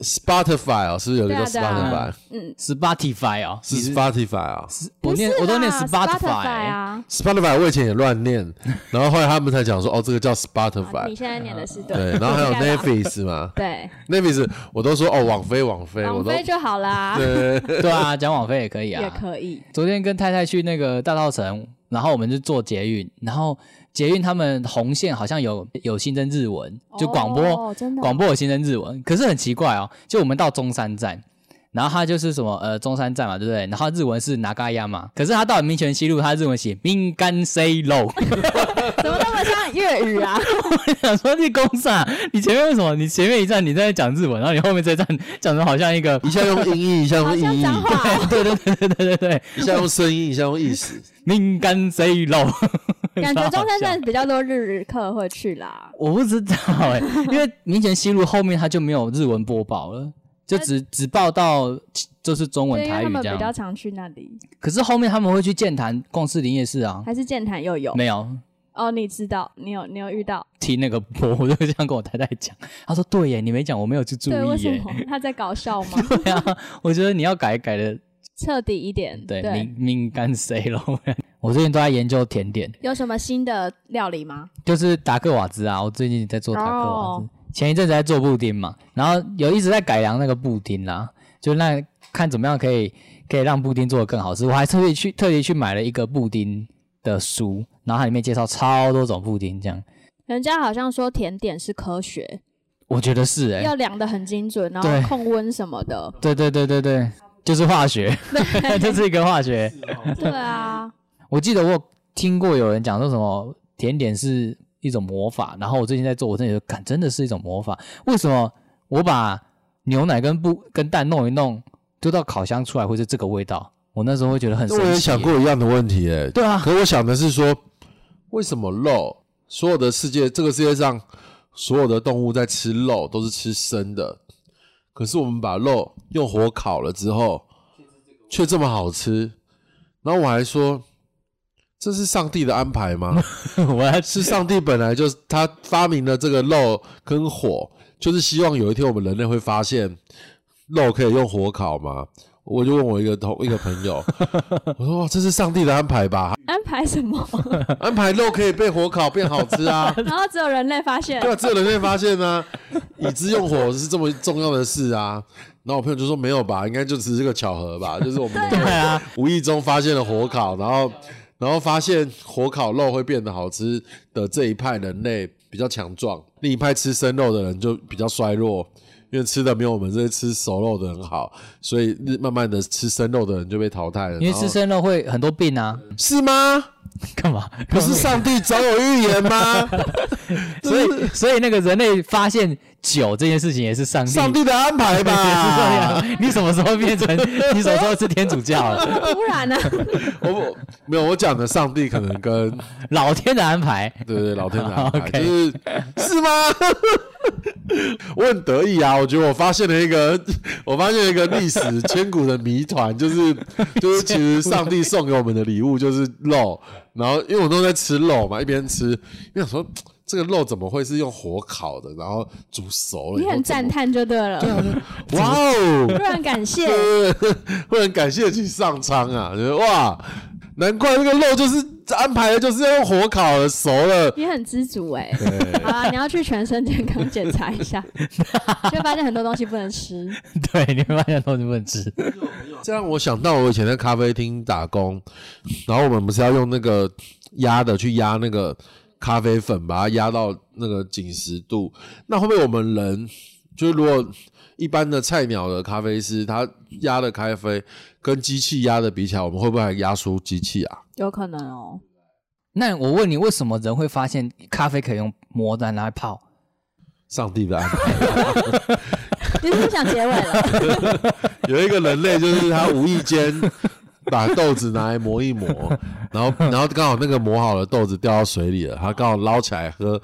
Speaker 1: Spotify 哦，是不是有一个叫
Speaker 3: 对啊对
Speaker 1: Spotify？
Speaker 3: 啊嗯，
Speaker 2: ？Spotify 哦，
Speaker 1: 是 Spotify 哦
Speaker 2: 我念
Speaker 3: 不是
Speaker 2: 我都念
Speaker 3: 啦
Speaker 2: Spotify 欸。
Speaker 3: 啊。
Speaker 1: Spotify 我以前也乱 (laughs) 念，然后后来他们才讲说，哦，这个叫
Speaker 3: 啊你
Speaker 1: Spotify。
Speaker 3: 现在念的是 (laughs) 对
Speaker 1: 对，
Speaker 3: 的，
Speaker 1: 然后还有
Speaker 3: 应该吧
Speaker 1: Netflix 嘛
Speaker 3: 对，
Speaker 1: ，Netflix 我都说哦，网飞网飞，我
Speaker 3: 王
Speaker 1: 都
Speaker 3: 菲就好啦，
Speaker 1: 对，
Speaker 2: 对啊，讲网费也可以
Speaker 3: 也
Speaker 2: 啊。
Speaker 3: 可以。
Speaker 2: 昨天跟太太去那个大稻城，然后我们就坐捷运，然后捷运他们红线好像有有新增日文，就广播、
Speaker 3: 哦真的
Speaker 2: 广播有新增日文，可是很奇怪哦，就我们到中山站，然后它就是什么呃中山站嘛，对不对？然后日文是 Nagayama，可是它到了民权西路，它日文写 Mingan Say Low， (laughs)
Speaker 3: 怎么那么像粤语啊？
Speaker 2: 想说你公啥？你前面为什么？你前面一站你在讲日文，然后你后面这一站讲的好像一个 (laughs)
Speaker 1: 一下用音译，一下
Speaker 3: 好
Speaker 1: 用
Speaker 3: 像
Speaker 1: 意
Speaker 3: 脏
Speaker 1: 译，
Speaker 3: 话哦，
Speaker 2: 对对对对对对对
Speaker 1: 一下用声音，一下用意思。
Speaker 2: ，Mingan Say Low，
Speaker 3: 感觉中山
Speaker 2: 超好笑
Speaker 3: 站比较多日日客会去啦。
Speaker 2: 我不知道哎、因为民权西路后面它就没有日文播报了，就只只报到就是中文
Speaker 3: 对，因为
Speaker 2: 台
Speaker 3: 他
Speaker 2: 语
Speaker 3: 们
Speaker 2: 这
Speaker 3: 比较
Speaker 2: 样。
Speaker 3: 常去那里，
Speaker 2: 可是后面他们会去健谈共事林夜市啊，
Speaker 3: 还是健谈又有
Speaker 2: 没有
Speaker 3: 哦。你知道，你有你有遇到？
Speaker 2: 听那个播，我就这样跟我太太讲，她说对耶，你没讲，我没有去注
Speaker 3: 对，为
Speaker 2: 意
Speaker 3: 什
Speaker 2: 耶
Speaker 3: 么。他在搞笑吗？
Speaker 2: (laughs) 对啊，我觉得你要改改
Speaker 3: (laughs)
Speaker 2: 的，
Speaker 3: 彻底一点，
Speaker 2: 对，敏敏感谁咯？ (laughs) 我最近都在研究甜点，
Speaker 3: 有什么新的料理吗？
Speaker 2: 就是达克瓦兹啊，我最近在做达克瓦兹，
Speaker 3: 哦
Speaker 2: 前一阵子在做布丁嘛，然后有一直在改良那个布丁啦，就那看怎么样可以可以让布丁做得更好吃。我还特地去特地去买了一个布丁的书，然后它里面介绍超多种布丁，这样
Speaker 3: 人家好像说甜点是科学，
Speaker 2: 我觉得是哎、
Speaker 3: 要量的很精准，然
Speaker 2: 对
Speaker 3: 后控温什么
Speaker 2: (laughs)
Speaker 3: 的。
Speaker 2: 对对对对对，就是化学， (laughs) 这是一个化学。
Speaker 3: 对啊，
Speaker 2: 我记得我有听过有人讲说什么甜点是一种魔法，然后我最近在做，我真的觉得，感真的是一种魔法。为什么我把牛奶跟布跟蛋弄一弄，丢到烤箱出来会是这个味道？我那时候会觉得很神
Speaker 1: 那
Speaker 2: 奇。
Speaker 1: 我也想，过一样的问题、欸，
Speaker 2: 对啊， (laughs)
Speaker 1: 可我想的是说，为什么肉？所有的世界，这个世界上所有的动物在吃肉都是吃生的，可是我们把肉用火烤了之后，却这么好吃。然后我还说，这是上帝的安排吗？
Speaker 2: 我要吃
Speaker 1: 是上帝本来就是他发明了这个肉跟火，就是希望有一天我们人类会发现肉可以用火烤吗？我就问我一个同一个朋友， (laughs) 我说哇，这是上帝的安排吧？
Speaker 3: 安排什么？
Speaker 1: 安排肉可以被火烤变好吃
Speaker 2: (laughs)
Speaker 1: 啊！
Speaker 3: 然后只有人类发现
Speaker 1: 对，啊，只有人类发现呢、已知用火是这么重要的事啊。然后我朋友就说没有吧，应该就只是个巧合吧，就是我们
Speaker 2: 对啊，
Speaker 1: 无意中发现了火烤，然后然后发现火烤肉会变得好吃的这一派人类比较强壮，另一派吃生肉的人就比较衰弱，因为吃的没有我们这些吃熟肉的人好，所以日慢慢的吃生肉的人就被淘汰了。
Speaker 2: 因为
Speaker 1: 然后
Speaker 2: 吃生肉会很多病啊，
Speaker 1: 是吗？
Speaker 2: 干嘛？
Speaker 1: 不
Speaker 2: (laughs)
Speaker 1: 是上帝早有预言吗？
Speaker 2: 所以所以那个人类发现酒这件事情也是上帝。
Speaker 1: (laughs) (laughs) 上帝的哦安排
Speaker 2: 也是这
Speaker 1: 吧。
Speaker 2: 样，你什么时候变成？你什么时候是天主教了？
Speaker 3: (laughs) 突然呢、
Speaker 1: 我没有，我讲的上帝可能跟
Speaker 2: 老天的安排， (laughs)
Speaker 1: 对对老天的安排，
Speaker 2: OK
Speaker 1: 就是是吗？ (laughs) 我很得意啊！我觉得我发现了一个， (laughs) 我发现了一个历史千古的谜团，就是就是其实上帝送给我们的礼物就是肉，然后因为我都在吃肉嘛，一边吃，因为想说这个肉怎么会是用火烤的，然后煮熟了以后怎
Speaker 3: 你
Speaker 1: 么，
Speaker 3: 很赞叹就对了，
Speaker 1: 哇哦！
Speaker 3: 突然感 (laughs) 谢。
Speaker 1: 对， (laughs) 会很感谢请上苍啊！觉得哇，难怪那个肉就是安排的，就是要用火烤了，熟了。
Speaker 3: 你很知足哎、好啊，你要去全身健康检查一下，就发现很多东西不能吃。
Speaker 2: 对，你会发现东西不能吃。
Speaker 1: 这让我想到我以前在咖啡厅打工，然后我们不是要用那个压的去压那个咖啡粉，把它压到那个紧实度。那会不会我们人就是如果一般的菜鸟的咖啡师，他压的咖啡跟机器压的比起来，我们会不会还压输机器啊？
Speaker 3: 有可能哦，
Speaker 2: 那我问你，为什么人会发现咖啡可以用磨的拿来泡？
Speaker 1: 上帝的安排。
Speaker 3: 你是不是想结
Speaker 2: (laughs)
Speaker 3: 尾了？
Speaker 1: 有一个人类，就是他无意间把豆子拿来磨一磨，然后然后刚好那个磨好的豆子掉到水里了，他刚好捞起来喝，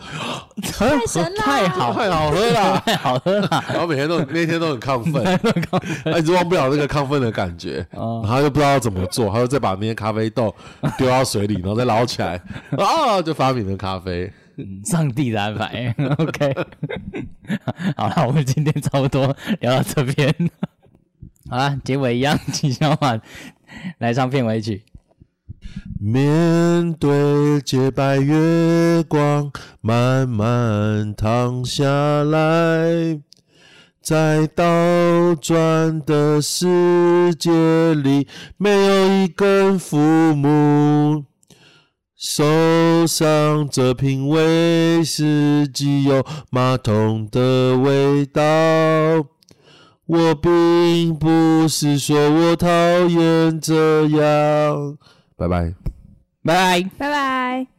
Speaker 3: 太神了，
Speaker 2: 太好
Speaker 1: 太好喝了。
Speaker 2: 太好喝了，
Speaker 1: 然后每天都那天 (laughs) 都很亢奋，哦他一直忘不了那个亢奋的感觉，然后他就不知道怎么做，他就再把那些咖啡豆丢到水里，然后再捞起来，啊，就发明了咖啡。
Speaker 2: 上帝的安排。OK，好了，我们今天差不多聊到这边。 (laughs) 好了，结尾一样，请小婉来唱片尾曲。
Speaker 1: 面对洁白月光，慢慢躺下来，在倒转的世界里，没有一根浮木。手上这瓶威士忌有马桶的味道，我并不是说我讨厌这样。拜拜。
Speaker 2: 拜拜。
Speaker 3: 拜拜。